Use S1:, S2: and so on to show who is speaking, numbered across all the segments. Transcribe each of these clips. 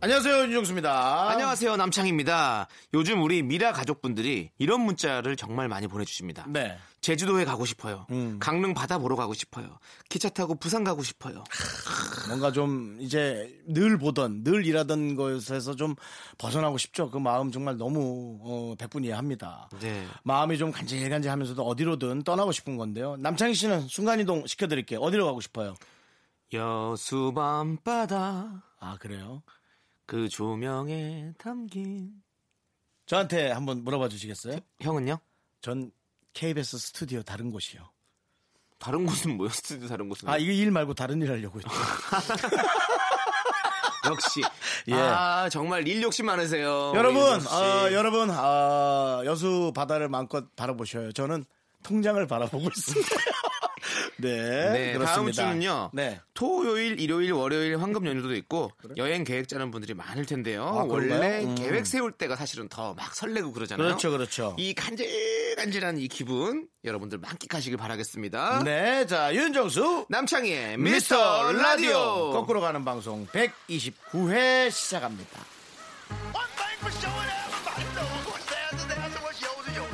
S1: 안녕하세요 윤정수입니다.
S2: 안녕하세요 남창입니다. 요즘 우리 미라 가족분들이 이런 문자를 정말 많이 보내주십니다.
S1: 네. 음.
S2: 제주도에 가고 싶어요. 강릉 바다 보러 가고 싶어요. 기차 타고 부산 가고 싶어요.
S1: 뭔가 좀 이제 늘 보던 늘 일하던 것에서 좀 벗어나고 싶죠. 그 마음 정말 너무 어, 백분이합니다.
S2: 네.
S1: 마음이 좀 간질간질하면서도 어디로든 떠나고 싶은 건데요. 남창희 씨는 순간 이동 시켜드릴게요. 어디로 가고 싶어요?
S2: 여수 밤바다
S1: 아 그래요?
S2: 그 조명에 담긴
S1: 저한테 한번 물어봐 주시겠어요?
S2: 형은요?
S1: 전 KBS 스튜디오 다른 곳이요.
S2: 다른 곳은 뭐요? 스튜디오 다른 곳은
S1: 아 이거 일 말고 다른 일 하려고 했죠.
S2: 역시
S1: 예.
S2: 아 정말 일 욕심 많으세요.
S1: 여러분,
S2: 윤정수 어, 씨.
S1: 아, 여러분, 아, 여수 바다를 마음껏 바라보셔요. 저는 통장을 바라보고 있습니다. 네,
S2: 네, 다음
S1: 그렇습니다.
S2: 주는요.
S1: 네.
S2: 토요일, 일요일, 월요일 황금 연휴도 있고 여행 계획 짜는 분들이 많을 텐데요.
S1: 그런가요?
S2: 원래
S1: 음.
S2: 계획 세울 때가 사실은 더 막 설레고 그러잖아요.
S1: 그렇죠, 그렇죠.
S2: 이 간질간질한 이 기분 여러분들 만끽하시길 바라겠습니다.
S1: 네, 자, 윤정수.
S2: 남창희의
S1: 미스터
S2: 미스터
S1: 라디오.
S2: 라디오.
S1: 거꾸로 가는 방송 129회 시작합니다.
S3: One thing for sure, and everybody knows what's theirs is theirs and what's yours is yours.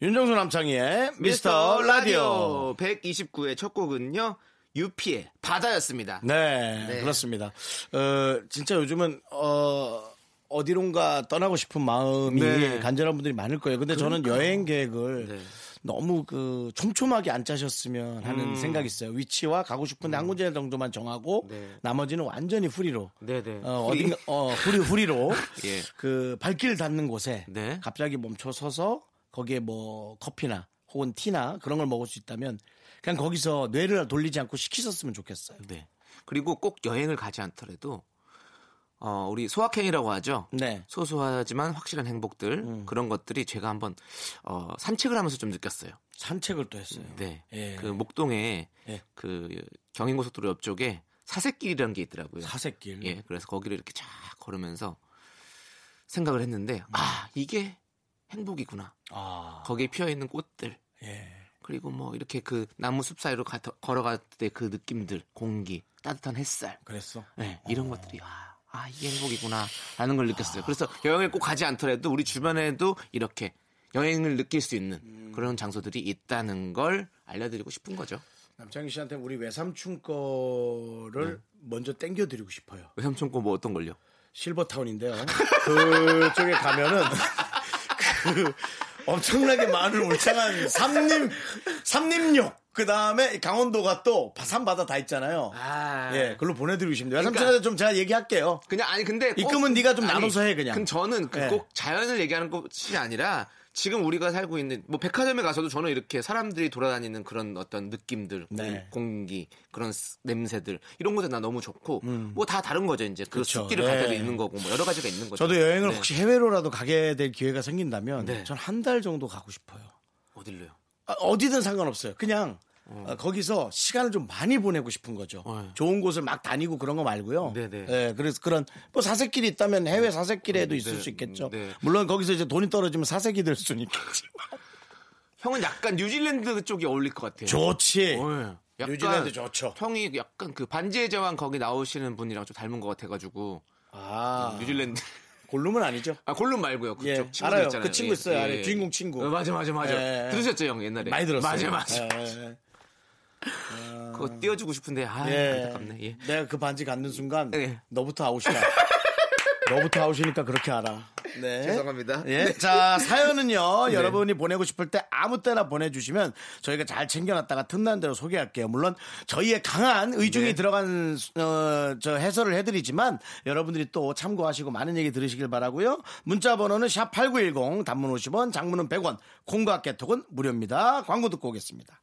S1: 윤정수 남창희의 미스터 라디오.
S2: 129의 첫 곡은요. 유피의 바다였습니다.
S1: 네,
S2: 네.
S1: 그렇습니다. 어, 진짜 요즘은, 어, 어디론가 떠나고 싶은 마음이
S2: 네.
S1: 간절한 분들이 많을 거예요. 근데 저는 여행 계획을
S2: 네.
S1: 너무 그 촘촘하게 안 짜셨으면
S2: 음.
S1: 하는 생각이 있어요. 위치와 가고 싶은데 한 군데 정도만 정하고
S2: 네.
S1: 나머지는 완전히 후리로.
S2: 네, 네.
S1: 어,
S2: 후리.
S1: 어딘가, 어, 후리, 후리로.
S2: 예.
S1: 그 발길 닿는 곳에
S2: 네.
S1: 갑자기 멈춰 서서 거기에 뭐 커피나 혹은 티나 그런 걸 먹을 수 있다면 그냥 거기서 뇌를 돌리지 않고 시키셨으면 좋겠어요.
S2: 네. 그리고 꼭 여행을 가지 않더라도 어, 우리 소확행이라고 하죠.
S1: 네.
S2: 소소하지만 확실한 행복들
S1: 음.
S2: 그런 것들이 제가 한번 어, 산책을 하면서 좀 느꼈어요.
S1: 산책을 또 했어요.
S2: 네.
S1: 예.
S2: 그 목동에
S1: 예.
S2: 그 경인고속도로 옆쪽에 사색길이라는 게 있더라고요.
S1: 사색길. 음.
S2: 예. 그래서 거기를 이렇게 쫙 걸으면서 생각을 했는데
S1: 음.
S2: 아, 이게 행복이구나.
S1: 아,
S2: 거기에 피어 있는 꽃들
S1: 예.
S2: 그리고 뭐 이렇게 그 나무 숲 사이로 가- 걸어갈 때 그 느낌들, 공기, 따뜻한 햇살
S1: 그랬어.
S2: 네, 이런 것들이 와, 아 이게 행복이구나 라는 걸 느꼈어요. 그래서 여행을 꼭 가지 않더라도 우리 주변에도 이렇게 여행을 느낄 수 있는 그런 장소들이 있다는 걸 알려드리고 싶은 거죠.
S1: 남창희 씨한테 우리 외삼촌 거를 먼저 땡겨드리고 싶어요.
S2: 외삼촌 거 뭐 어떤 걸요?
S1: 실버타운인데요. 그쪽에 가면은 그 엄청나게 많은 울창한 삼림 삼림역 그 다음에 강원도가 또 산바다 다 있잖아요. 그러니까.
S2: 아.
S1: 예, 그걸로 보내드리고 싶네요. 삼촌한테 좀 제가 얘기할게요.
S2: 그냥 아니 근데 꼭-
S1: 입금은 네가 좀
S2: 아니,
S1: 나눠서 해, 그냥.
S2: 그 저는 그
S1: 네.
S2: 꼭 자연을 얘기하는 것이 아니라 지금 우리가 살고 있는 뭐 백화점에 가서도 저는 이렇게 사람들이 돌아다니는 그런 어떤 느낌들, 공-
S1: 네.
S2: 공기, 그런 스- 냄새들 이런 것들 나 너무 좋고 뭐 다 다른 거죠 이제 그
S1: 음. 그쵸.
S2: 숲길을 갈 때도
S1: 네.
S2: 있는 거고 뭐 여러 가지가 있는 거죠.
S1: 저도 여행을
S2: 네.
S1: 혹시 해외로라도 가게 될 기회가 생긴다면
S2: 네.
S1: 전 한 달 정도 가고 싶어요.
S2: 어딜로요?
S1: 아, 어디든 상관없어요. 그냥 어, 거기서 시간을 좀 많이 보내고 싶은 거죠.
S2: 어.
S1: 좋은 곳을 막 다니고 그런 거 말고요.
S2: 네네.
S1: 예, 그래서 그런 뭐 사색길이 있다면 해외 사색길에도 있을
S2: 네,
S1: 수 있겠죠.
S2: 네.
S1: 물론 거기서 이제 돈이 떨어지면 사색이 될 수는 있겠지.
S2: 형은 약간 뉴질랜드 쪽이 어울릴 것 같아요.
S1: 좋지.
S2: 예. 약간
S1: 뉴질랜드 좋죠.
S2: 형이 약간 그 반지의 제왕 거기 나오시는 분이랑 좀 닮은 것 같아가지고
S1: 아,
S2: 뉴질랜드
S1: 골룸은 아니죠.
S2: 아 골룸 말고요. 그쪽
S1: 예,
S2: 친구
S1: 알아요.
S2: 있잖아요. 예.
S1: 그 친구 있어요. 알아요. 주인공 친구.
S2: 어, 맞아 맞아 맞아.
S1: 예.
S2: 들으셨죠 형 옛날에.
S1: 많이 들었어요.
S2: 네. 맞아 맞아.
S1: 예, 예.
S2: 그거 띄워주고 싶은데 아
S1: 예.
S2: 안타깝네. 예.
S1: 내가 그 반지 갖는 순간
S2: 네.
S1: 너부터 아웃이다. 너부터 아웃이니까 그렇게 알아. 네.
S2: 죄송합니다.
S1: 예. 자, 사연은요, 여러분이 보내고 싶을 때 아무 때나 보내주시면 저희가 잘 챙겨놨다가 틈난 대로 소개할게요. 물론 저희의 강한 의중이
S2: 네.
S1: 들어간, 어, 저 해설을 해드리지만 여러분들이 또 참고하시고 많은 얘기 들으시길 바라고요 문자 번호는 샵8910, 단문 50원, 장문은 100원, 콩과 깨톡은 무료입니다. 광고 듣고 오겠습니다.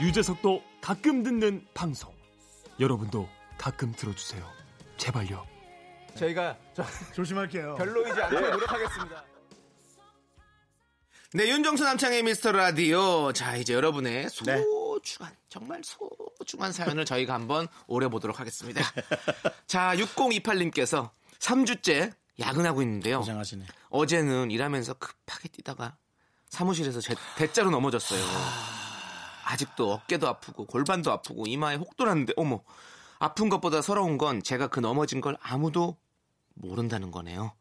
S4: 유재석도 가끔 듣는 방송. 여러분도 가끔 들어주세요. 제발요.
S2: 저희가 저-
S1: 조심할게요.
S2: 별로이지 않게 노력하겠습니다. 네, 윤정수 남창의 미스터 라디오. 자, 이제
S1: 네.
S2: 여러분의 소중한, 정말 소중한 사연을 저희가 한번 오려보도록 하겠습니다. 자, 6028님께서 3주째 야근하고 있는데요.
S1: 고생하시네.
S2: 어제는 일하면서 급하게 뛰다가 사무실에서 제, 대자로 넘어졌어요. 아직도 어깨도 아프고 골반도 아프고 이마에 혹도 났는데 어머 아픈 것보다 서러운 건 제가 그 넘어진 걸 아무도 모른다는 거네요.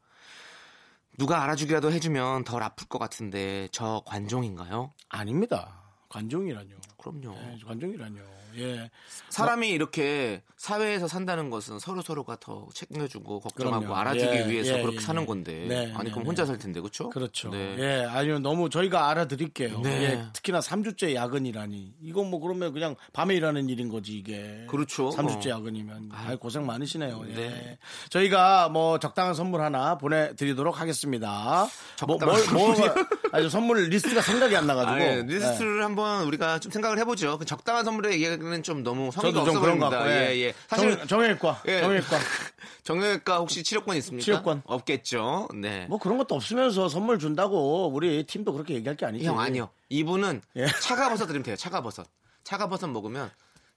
S2: 누가 알아주기라도 해주면 덜 아플 것 같은데 저 관종인가요?
S1: 아닙니다. 관종이라뇨.
S2: 그럼요.
S1: 예, 관종이라뇨. 예.
S2: 사람이 이렇게 사회에서 산다는 것은 서로 서로가 더 챙겨주고 걱정하고
S1: 그럼요.
S2: 알아주기
S1: 예,
S2: 위해서
S1: 예,
S2: 그렇게
S1: 예, 예.
S2: 사는 건데
S1: 네,
S2: 아니
S1: 네,
S2: 그럼
S1: 네.
S2: 혼자 살 텐데 그렇죠?
S1: 그렇죠.
S2: 네.
S1: 예, 아니요. 너무 저희가 알아드릴게요.
S2: 네.
S1: 예, 특히나 3주째 야근이라니. 이건 뭐 그러면 그냥 밤에 일하는 일인 거지, 이게.
S2: 그렇죠.
S1: 3주째
S2: 어.
S1: 야근이면. 아, 고생 많으시네요. 예.
S2: 네.
S1: 저희가 뭐 적당한 선물 하나 보내드리도록 하겠습니다. 뭐,
S2: 적당한
S1: 뭐, 뭐, 아니, 선물 리스트가 생각이 안 나가지고.
S2: 아, 예.
S1: 예.
S2: 리스트를 한번 우리가 좀 생각을 해보죠. 그 적당한 선물의 얘기는 좀 너무 성의가
S1: 예. 저도 좀
S2: 없어
S1: 그런 것
S2: 보입니다.
S1: 같고.
S2: 예, 예. 사실
S1: 정, 정형외과.
S2: 예.
S1: 정형외과.
S2: 정형외과 혹시 치료권 있습니까?
S1: 치료권.
S2: 없겠죠. 네.
S1: 뭐 그런 것도 없으면서 선물 준다고 우리 팀도 그렇게 얘기할 게 아니지.
S2: 형 아니요. 이분은
S1: 예.
S2: 차가버섯 드리면 돼요. 차가버섯. 차가버섯 먹으면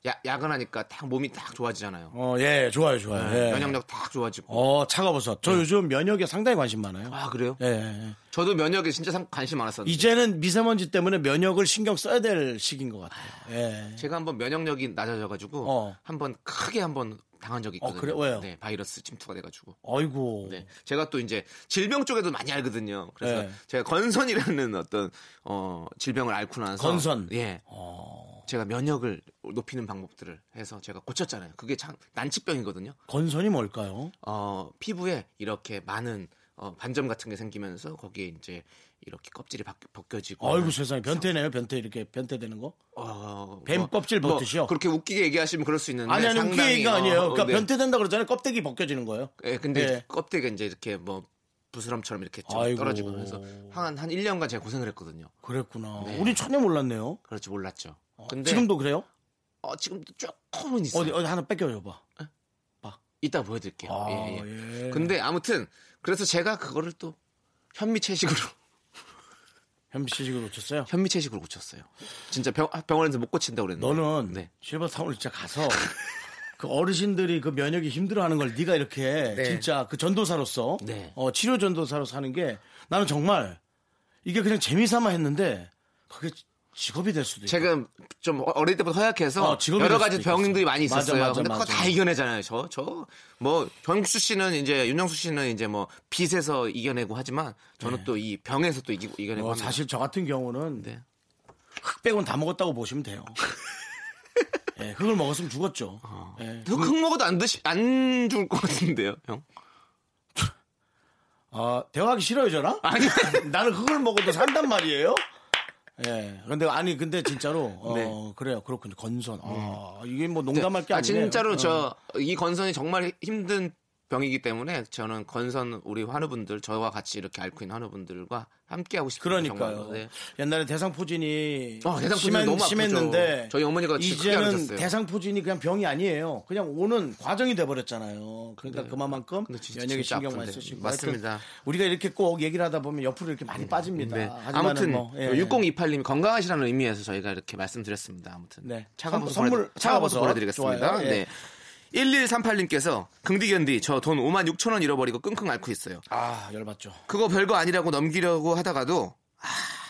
S2: 야, 야근하니까 딱 몸이 딱 좋아지잖아요. 네.
S1: 어, 예, 좋아요, 좋아요. 예.
S2: 면역력 딱 좋아지고.
S1: 어, 차가버섯. 저 요즘 면역에 상당히 관심 많아요.
S2: 네. 아 그래요?
S1: 예, 예. 예.
S2: 저도 면역에 진짜 상- 관심 많았었는데
S1: 이제는 미세먼지 때문에 면역을 신경 써야 될 시기인 것 같아요. 예.
S2: 제가 한번 면역력이 낮아져가지고
S1: 어.
S2: 한번 크게 한번 당한 적이
S1: 어,
S2: 있거든요.
S1: 그래? 왜요?
S2: 네, 바이러스 침투가 돼가지고.
S1: 아이고.
S2: 네. 제가 또 이제 질병 쪽에도 많이 알거든요. 그래서
S1: 네.
S2: 제가 건선이라는 어떤 어 질병을 앓고 나서
S1: 건선? 어.
S2: 예. 제가 면역을 높이는 방법들을 해서 제가 고쳤잖아요. 그게 참 난치병이거든요.
S1: 건선이 뭘까요?
S2: 어 피부에 이렇게 많은 어, 반점 같은 게 생기면서 거기에 이제 이렇게 껍질이 벗- 벗겨지고
S1: 아이고 세상에 변태네요. 변태 이렇게 변태되는 거?
S2: 어,
S1: 뱀
S2: 뭐,
S1: 껍질
S2: 뭐
S1: 벗듯이요?
S2: 그렇게 웃기게 얘기하시면 그럴 수 있는데
S1: 아니 아니 그게
S2: 상당히,
S1: 얘기가
S2: 어,
S1: 아니에요. 그러니까
S2: 어, 네.
S1: 변태된다 그러잖아요. 껍데기 벗겨지는 거예요.
S2: 예, 근데
S1: 예.
S2: 껍데기가 이제 이렇게 뭐 부스럼처럼 이렇게 좀
S1: 아이고.
S2: 떨어지고 그래서 한한 1년간 제가 고생을 했거든요.
S1: 그랬구나.
S2: 네.
S1: 우린 전혀 몰랐네요.
S2: 그렇지 몰랐죠. 근데
S1: 지금도 그래요?
S2: 어, 지금도 조금은 있어요.
S1: 어디 어디 하나 뺏겨줘 봐.
S2: 이따 보여드릴게요.
S1: 아,
S2: 예, 예.
S1: 예.
S2: 근데 아무튼 그래서 제가 그거를 또 현미채식으로
S1: 현미씨식으로 고쳤어요.
S2: 현미채식으로 고쳤어요. 진짜 병, 아, 병원에서 못 고친다고 그랬는데.
S1: 너는
S2: 네.
S1: 실버타운 진짜 가서 그 어르신들이 그 면역이 힘들어하는 걸 네가 이렇게
S2: 네.
S1: 진짜 그 전도사로서
S2: 네.
S1: 어, 치료 전도사로서 하는 게 나는 정말 이게 그냥 재미삼아 했는데 그게 직업이 될 수도 있고
S2: 제가 좀 어릴 때부터 허약해서
S1: 예. 어, 직업이 될
S2: 여러 가지
S1: 수도
S2: 병들이
S1: 있겠어요.
S2: 많이
S1: 맞아,
S2: 있었어요.
S1: 맞아,
S2: 근데 그거
S1: 맞아.
S2: 다 이겨내잖아요. 저, 저, 뭐, 정국수 씨는 이제, 윤정수 씨는 이제 뭐, 빚에서 이겨내고 하지만, 저는 또 이 병에서 또 이기고,
S1: 네.
S2: 이겨내고.
S1: 어,
S2: 합니다.
S1: 사실 저 같은 경우는
S2: 네.
S1: 흑 빼곤 다 먹었다고 보시면 돼요. 예, 흙을 먹었으면 죽었죠. 예.
S2: 흑, 흑 먹어도 안 드시, 안 줄 것 같은데요, 형?
S1: 아, 대화하기 싫어요, 저랑?
S2: 아니,
S1: 나는 흙을 먹어도 산단 말이에요. 예. 근데 아니 근데 진짜로 어
S2: 네.
S1: 그래요. 그렇군요. 건선. 아, 이게 뭐 농담할 게 아니에요.
S2: 아,
S1: 어.
S2: 진짜로 저 이 건선이 정말 힘든 병이기 때문에 저는 건선 우리 환우분들 저와 같이 이렇게 앓고 있는 환우분들과 함께 하고 싶습니다.
S1: 그러니까요.
S2: 정말로. 네.
S1: 옛날에 대상포진이
S2: 어, 대상포진은 너무 아프죠.
S1: 심했는데
S2: 저희 어머니가 진짜 크게
S1: 이제는
S2: 앓으셨어요.
S1: 대상포진이 그냥 병이 아니에요. 그냥 오는 과정이 돼 버렸잖아요. 그러니까 그만큼
S2: 네. 근데 진짜-
S1: 면역에
S2: 진짜
S1: 신경 많이
S2: 아픈데.
S1: 쓰시고
S2: 맞습니다.
S1: 하여튼 우리가 이렇게 꼭 얘기를 하다 보면 옆으로 이렇게 많이 빠집니다.
S2: 네.
S1: 하지만은
S2: 아무튼
S1: 뭐, 예.
S2: 6028님 건강하시라는 의미에서 저희가 이렇게 말씀드렸습니다. 아무튼
S1: 네.
S2: 차가버섯
S1: 선물,
S2: 선물 차가버섯
S1: 차가버섯
S2: 보내드리겠습니다.
S1: 좋아요. 예.
S2: 네. 1138님께서 긍디견디 저 돈 5만 6천 원 잃어버리고 끙끙 앓고 있어요.
S1: 아, 열받죠.
S2: 그거 별거 아니라고 넘기려고 하다가도 아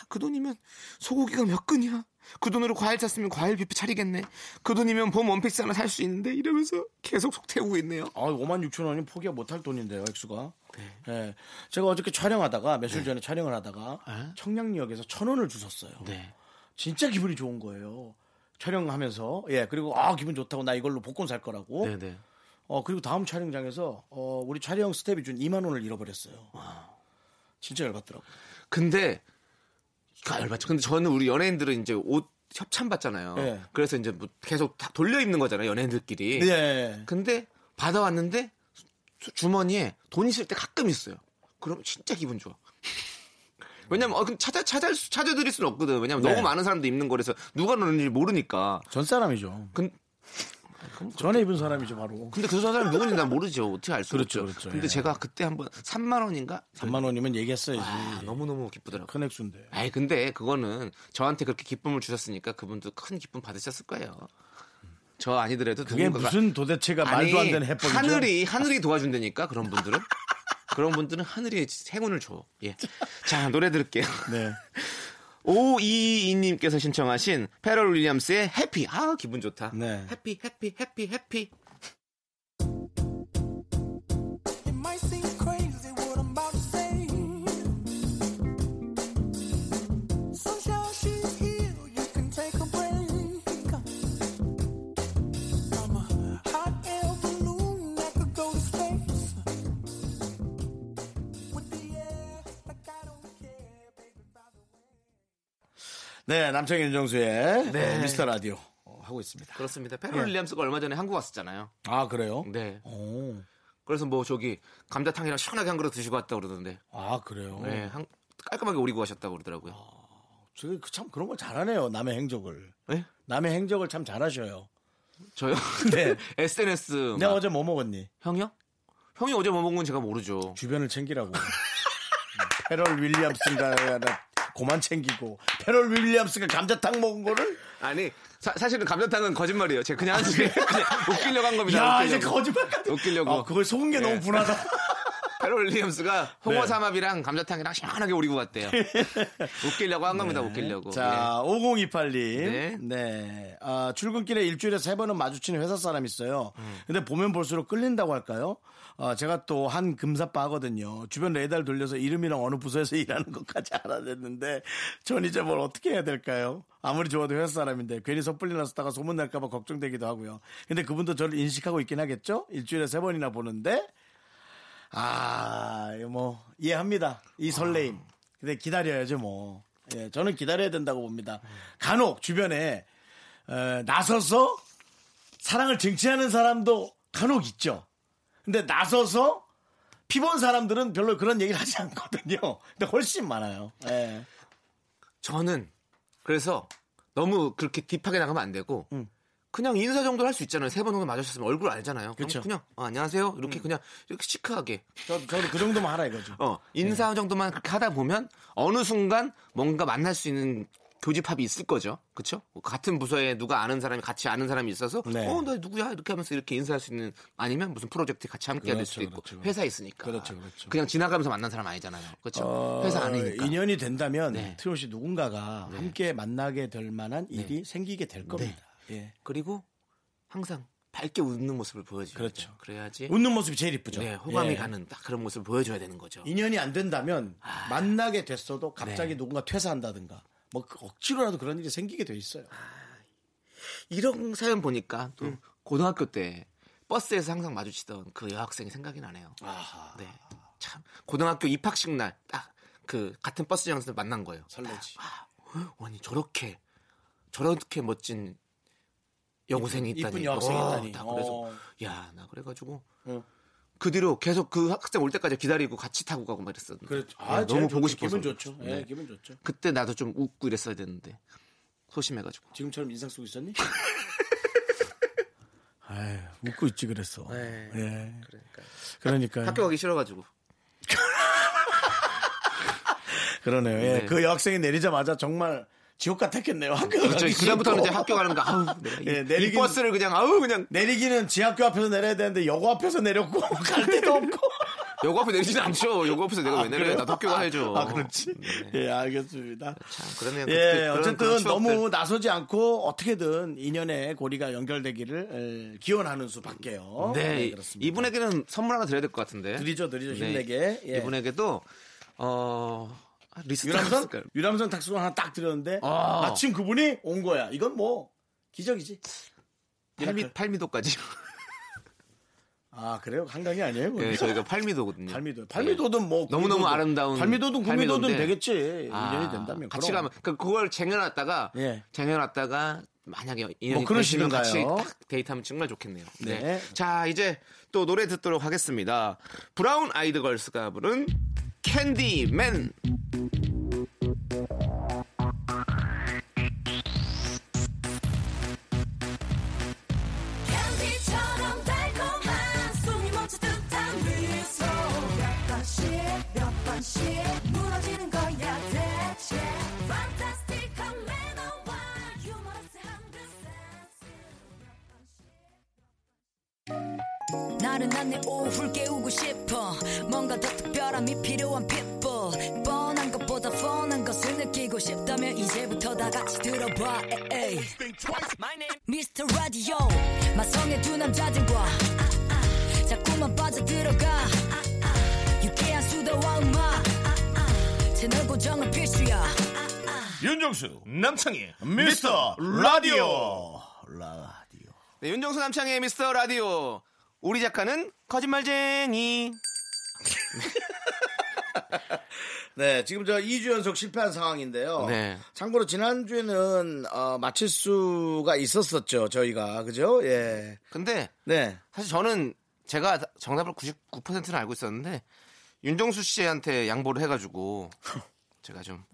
S2: 그 돈이면 소고기가 몇 근이야. 그 돈으로 과일 샀으면 과일 뷔페 차리겠네. 그 돈이면 봄 원피스 하나 살 수 있는데 이러면서 계속 속 태우고 있네요.
S1: 아, 5만 6천 원이 포기가 못할 돈인데요, 액수가. 네. 제가 어저께 촬영하다가 며칠 전에 촬영을 하다가 청량리역에서 천 원을 주셨어요.
S2: 아? 네.
S1: 진짜 기분이 좋은 거예요. 촬영하면서 예 그리고 아 기분 좋다고 나 이걸로 복권 살 거라고
S2: 네네.
S1: 어 그리고 다음 촬영장에서 어 우리 촬영 스텝이 준 2만 원을 잃어버렸어요.
S2: 아.
S1: 진짜 열받더라고.
S2: 근데 아, 열받죠. 근데 저는 우리 연예인들은 이제 옷 협찬 받잖아요.
S1: 네.
S2: 그래서 이제 뭐 계속 다 돌려 입는 거잖아요. 연예인들끼리.
S1: 예.
S2: 근데 받아왔는데 수- 주머니에 돈 있을 때 가끔 있어요. 그럼 진짜 기분 좋아. 왜냐면 어, 그럼 찾아 찾아 찾아드릴 수는 없거든. 왜냐면
S1: 네.
S2: 너무 많은 사람도 입는 거라서 누가 넣는지 모르니까.
S1: 전 사람이죠.
S2: 근,
S1: 전에 입은 사람이죠 바로.
S2: 근데 그 사람이 누군지 난 모르죠. 어떻게 알 수
S1: 그렇죠,
S2: 없죠.
S1: 그렇죠.
S2: 근데
S1: 예.
S2: 제가 그때 한번 3만 원인가?
S1: 3만 원이면 얘기했어야지.
S2: 아, 너무너무 기쁘더라고.
S1: 큰 액수인데.
S2: 아이 근데 그거는 저한테 그렇게 기쁨을 주셨으니까 그분도 큰 기쁨 받으셨을 거예요. 저 아니더라도
S1: 그게
S2: 누군가가-
S1: 무슨 도대체가
S2: 아니,
S1: 말도 안 되는 해법이죠.
S2: 하늘이 하늘이 도와준다니까 그런 분들은 그런 분들은 하늘이 행운을 줘. 예. 자 노래 들을게요.
S1: 네.
S2: 522님께서 신청하신 페럴 윌리엄스의 해피. 아 기분 좋다.
S1: 네.
S2: 해피 해피 해피 해피.
S5: It might seem crazy what I'm about to say. Sunshine, she's here. You can take a break. I'm a hot air balloon that could go to space. With the air, like I don't care, baby. By the way.
S1: 네 남창희 윤정수의
S2: 네.
S1: 어, 미스터 라디오 어, 하고 있습니다. 예.
S2: 그렇습니다. 페럴 윌리엄스가 얼마 전에 한국 왔었잖아요.
S1: 아 그래요? 어.
S2: 네.
S1: 오.
S2: 그래서 뭐 저기 감자탕이랑 시원하게 한 그릇 드시고 왔다 고 그러던데.
S1: 아 그래요.
S2: 네. 한- 깔끔하게 오리고 가셨다고
S1: 어.
S2: 그러더라고요.
S1: 저참 그런 걸 잘하네요. 남의 행적을.
S2: 네?
S1: 남의 행적을 참 잘하셔요.
S2: 저요?
S1: 네.
S2: SNS.
S1: 내가 어제 뭐 먹었니?
S2: 형이요? 형이 어제 뭐 먹은 건 제가 모르죠.
S1: 주변을 챙기라고. 페럴 윌리엄스가 고만 챙기고 페럴 윌리엄스가 감자탕 먹은 거를
S2: 아니 사, 실은 감자탕은 거짓말이에요. 제가 그냥 한 소리 그냥 웃기려고 한 겁니다.
S1: 야
S2: 웃기려고.
S1: 이제 거짓말 같은
S2: 웃기려고. 예.
S1: 아, 그걸 속은 게 너무 분하다.
S2: 페로 윌리엄스가
S1: 네.
S2: 홍어 삼합이랑 감자탕이랑 시원하게 우리고 갔대요. 웃기려고 한 겁니다. 웃기려고.
S1: 네. 자, 5028님. 네.
S2: 네.
S1: 아, 출근길에 일주일에 세 번은 마주치는 회사 사람 있어요. 근데 보면 볼수록 끌린다고 할까요? 아, 제가 또 한 금사빠 하거든요. 주변 레이더를 돌려서 이름이랑 어느 부서에서 일하는 것까지 알아냈는데 전 이제 뭘 어떻게 해야 될까요? 아무리 좋아도 회사 사람인데 괜히 섣불리 나섰다가 소문날까봐 걱정되기도 하고요. 근데 그분도 저를 인식하고 있긴 하겠죠? 일주일에 세 번이나 보는데 아, 이거 뭐 이해합니다. 이 설레임. 근데 기다려야죠, 뭐. 예, 저는 기다려야 된다고 봅니다. 간혹 주변에 어, 나서서 사랑을 쟁취하는 사람도 간혹 있죠. 근데 나서서 피본 사람들은 별로 그런 얘기를 하지 않거든요. 근데 훨씬 많아요. 예.
S2: 저는 그래서 너무 그렇게 딥하게 나가면 안 되고
S1: 음.
S2: 그냥 인사 정도 할 수 있잖아요. 세 번 정도 맞으셨으면 얼굴 알잖아요. 그럼
S1: 그쵸. 음.
S2: 그냥 어, 안녕하세요. 이렇게 그냥 이렇게 시크하게
S1: 저, 저도 그 정도만 하라 이거죠.
S2: 어,
S1: 네.
S2: 인사 정도만 그렇게 하다 보면 어느 순간 뭔가 만날 수 있는 교집합이 있을 거죠. 그렇죠? 같은 부서에 누가 아는 사람이 같이 아는 사람이 있어서
S1: 네.
S2: 어, 나 누구야? 이렇게 하면서 이렇게 인사할 수 있는 아니면 무슨 프로젝트에 같이 함께 할
S1: 그렇죠,
S2: 수도 있고
S1: 그렇죠, 그렇죠.
S2: 회사에 있으니까.
S1: 그렇죠, 그렇죠.
S2: 냥 지나가면서 만난 사람 아니잖아요. 그렇죠?
S1: 어,
S2: 회사 안이니까.
S1: 인연이 된다면
S2: 네.
S1: 트롯이 누군가가 함께 만나게 될 만한 일이
S2: 네.
S1: 생기게 될 겁니다. 예.
S2: 그리고 항상 밝게 웃는 모습을 보여줘야
S1: 그렇죠.
S2: 돼요. 그래야지
S1: 웃는 모습이 제일 이쁘죠.
S2: 네, 호감이
S1: 예.
S2: 가는 딱 그런 모습을 보여줘야 되는 거죠.
S1: 인연이 안 된다면
S2: 아.
S1: 만나게 됐어도
S2: 네.
S1: 갑자기 누군가 퇴사한다든가 뭐그 억지로라도 그런 일이 생기게 돼 있어요.
S2: 아. 이런 사연 보니까 또
S1: 음.
S2: 고등학교 때 버스에서 항상 마주치던 그 여학생이 생각이 나네요. 네. 참 고등학교 입학식 날 딱 그 같은 버스 정류장에서 만난 거예요. 어,
S1: 설레지.
S2: 아, 아니 저렇게 저렇게 멋진 여고생이
S1: 이쁜
S2: 있다니.
S1: 여학생이
S2: 와,
S1: 있다니.
S2: 나 그래서
S1: 어.
S2: 야 나 그래가지고
S1: 응.
S2: 그 뒤로 계속 그 학생 올 때까지 기다리고 같이 타고 가고 막 이랬었는데 야, 아, 너무 보고 싶어서
S1: 기분
S2: 네.
S1: 그렇죠. 아, 좋죠. 예, 기분 좋죠.
S2: 그때 나도 좀 웃고 이랬어야 되는데 소심해가지고.
S1: 지금처럼 인상 쓰고 있었니? 아유, 웃고 있지 그랬어.
S2: 네.
S1: 예.
S2: 그러니까
S1: 그러니까
S2: 학교 가기 싫어가지고.
S1: 아, 그러네요. 예.
S2: 네.
S1: 그 여학생이 내리자마자 정말 지옥 같았겠네요. 학교
S2: 그렇죠.
S1: 가기
S2: 그다음부터는 이제
S1: 싫고.
S2: 학교 가는 거 아우 내가 이-
S1: 예,
S2: 이
S1: 내리긴-
S2: 버스를 그냥 아우 그냥
S1: 내리기는 지학교 앞에서 내려야 되는데 여고 앞에서 내렸고 갈 데도 없고.
S2: 요거 앞에 내리진 않죠. 요거 앞에서 내가 왜 내려?
S1: 그래요?
S2: 나도 학교 가야죠.
S1: 아 그렇지.
S2: 네.
S1: 예 알겠습니다.
S2: 참 그러네요.
S1: 예,
S2: 그때 그런-
S1: 어쨌든
S2: 그런 추억들.
S1: 너무 나서지 않고 어떻게든 인연의 고리가 연결되기를 에, 기원하는 수밖에요.
S2: 네,
S1: 어? 그렇습니다.
S2: 이분에게는 선물 하나 드려야 될 것 같은데.
S1: 드리죠, 드리죠. 힘내게. 예.
S2: 이분에게도 어 아, 리스트
S1: 유람선
S2: 없을까요?
S1: 유람선 탁수건 하나 딱 들었는데
S2: 아.
S1: 마침 그분이 온 거야. 이건 뭐 기적이지.
S2: 팔미 팔미도까지.
S1: 아 그래요? 한강이 아니에요?
S2: 예,
S1: 그건?
S2: 저희가 팔미도거든요. 예.
S1: 발미도 발미도든 뭐
S2: 너무너무
S1: 구미도든-
S2: 아름다운
S1: 발미도든 구미도든
S2: 발미도인데.
S1: 되겠지. 인연이
S2: 아,
S1: 된다면
S2: 같이
S1: 그럼.
S2: 가면 그 그걸 쟁여놨다가
S1: 예.
S2: 쟁여놨다가 만약에 인연이
S1: 뭐 그러시든가요.
S2: 되시면 같이 딱 데이트하면 정말 좋겠네요.
S1: 네.
S2: 네. 자 이제 또 노래 듣도록 하겠습니다. 브라운 아이드 걸스가 부른 캔디맨.
S5: 캔디처럼 달콤한 손이 멈춰 듯한 미소 몇 번씩 몇 번씩 무너지는 거야 대체 판타스틱한 매너와 유머러스한 그 센스
S6: 나른한 내 오후를 깨우고 싶어 뭔가 더 특별함이 필요한 people 뻔한 것보다 뻔한 것을 느끼고 싶다면 이제부터 다 같이 들어봐 에이. Mr. Radio 마성의 두 남자들과 아, 자꾸만 빠져들어가 아, 유쾌한 수다와 음악 아, 채널 고정은 필수야
S7: 윤정수 남창희
S1: 미스터 라디오 라디오
S2: 네, 윤정수 남창의 미스터 라디오. 우리 작가는 거짓말쟁이.
S1: 네, 지금 저 2주 연속 실패한 상황인데요.
S2: 네.
S1: 참고로 지난주에는 어, 마칠 수가 있었었죠, 저희가. 그죠? 예.
S2: 근데
S1: 네.
S2: 사실 저는 제가 정답을 99%는 알고 있었는데 윤정수 씨한테 양보를 해가지고 제가 좀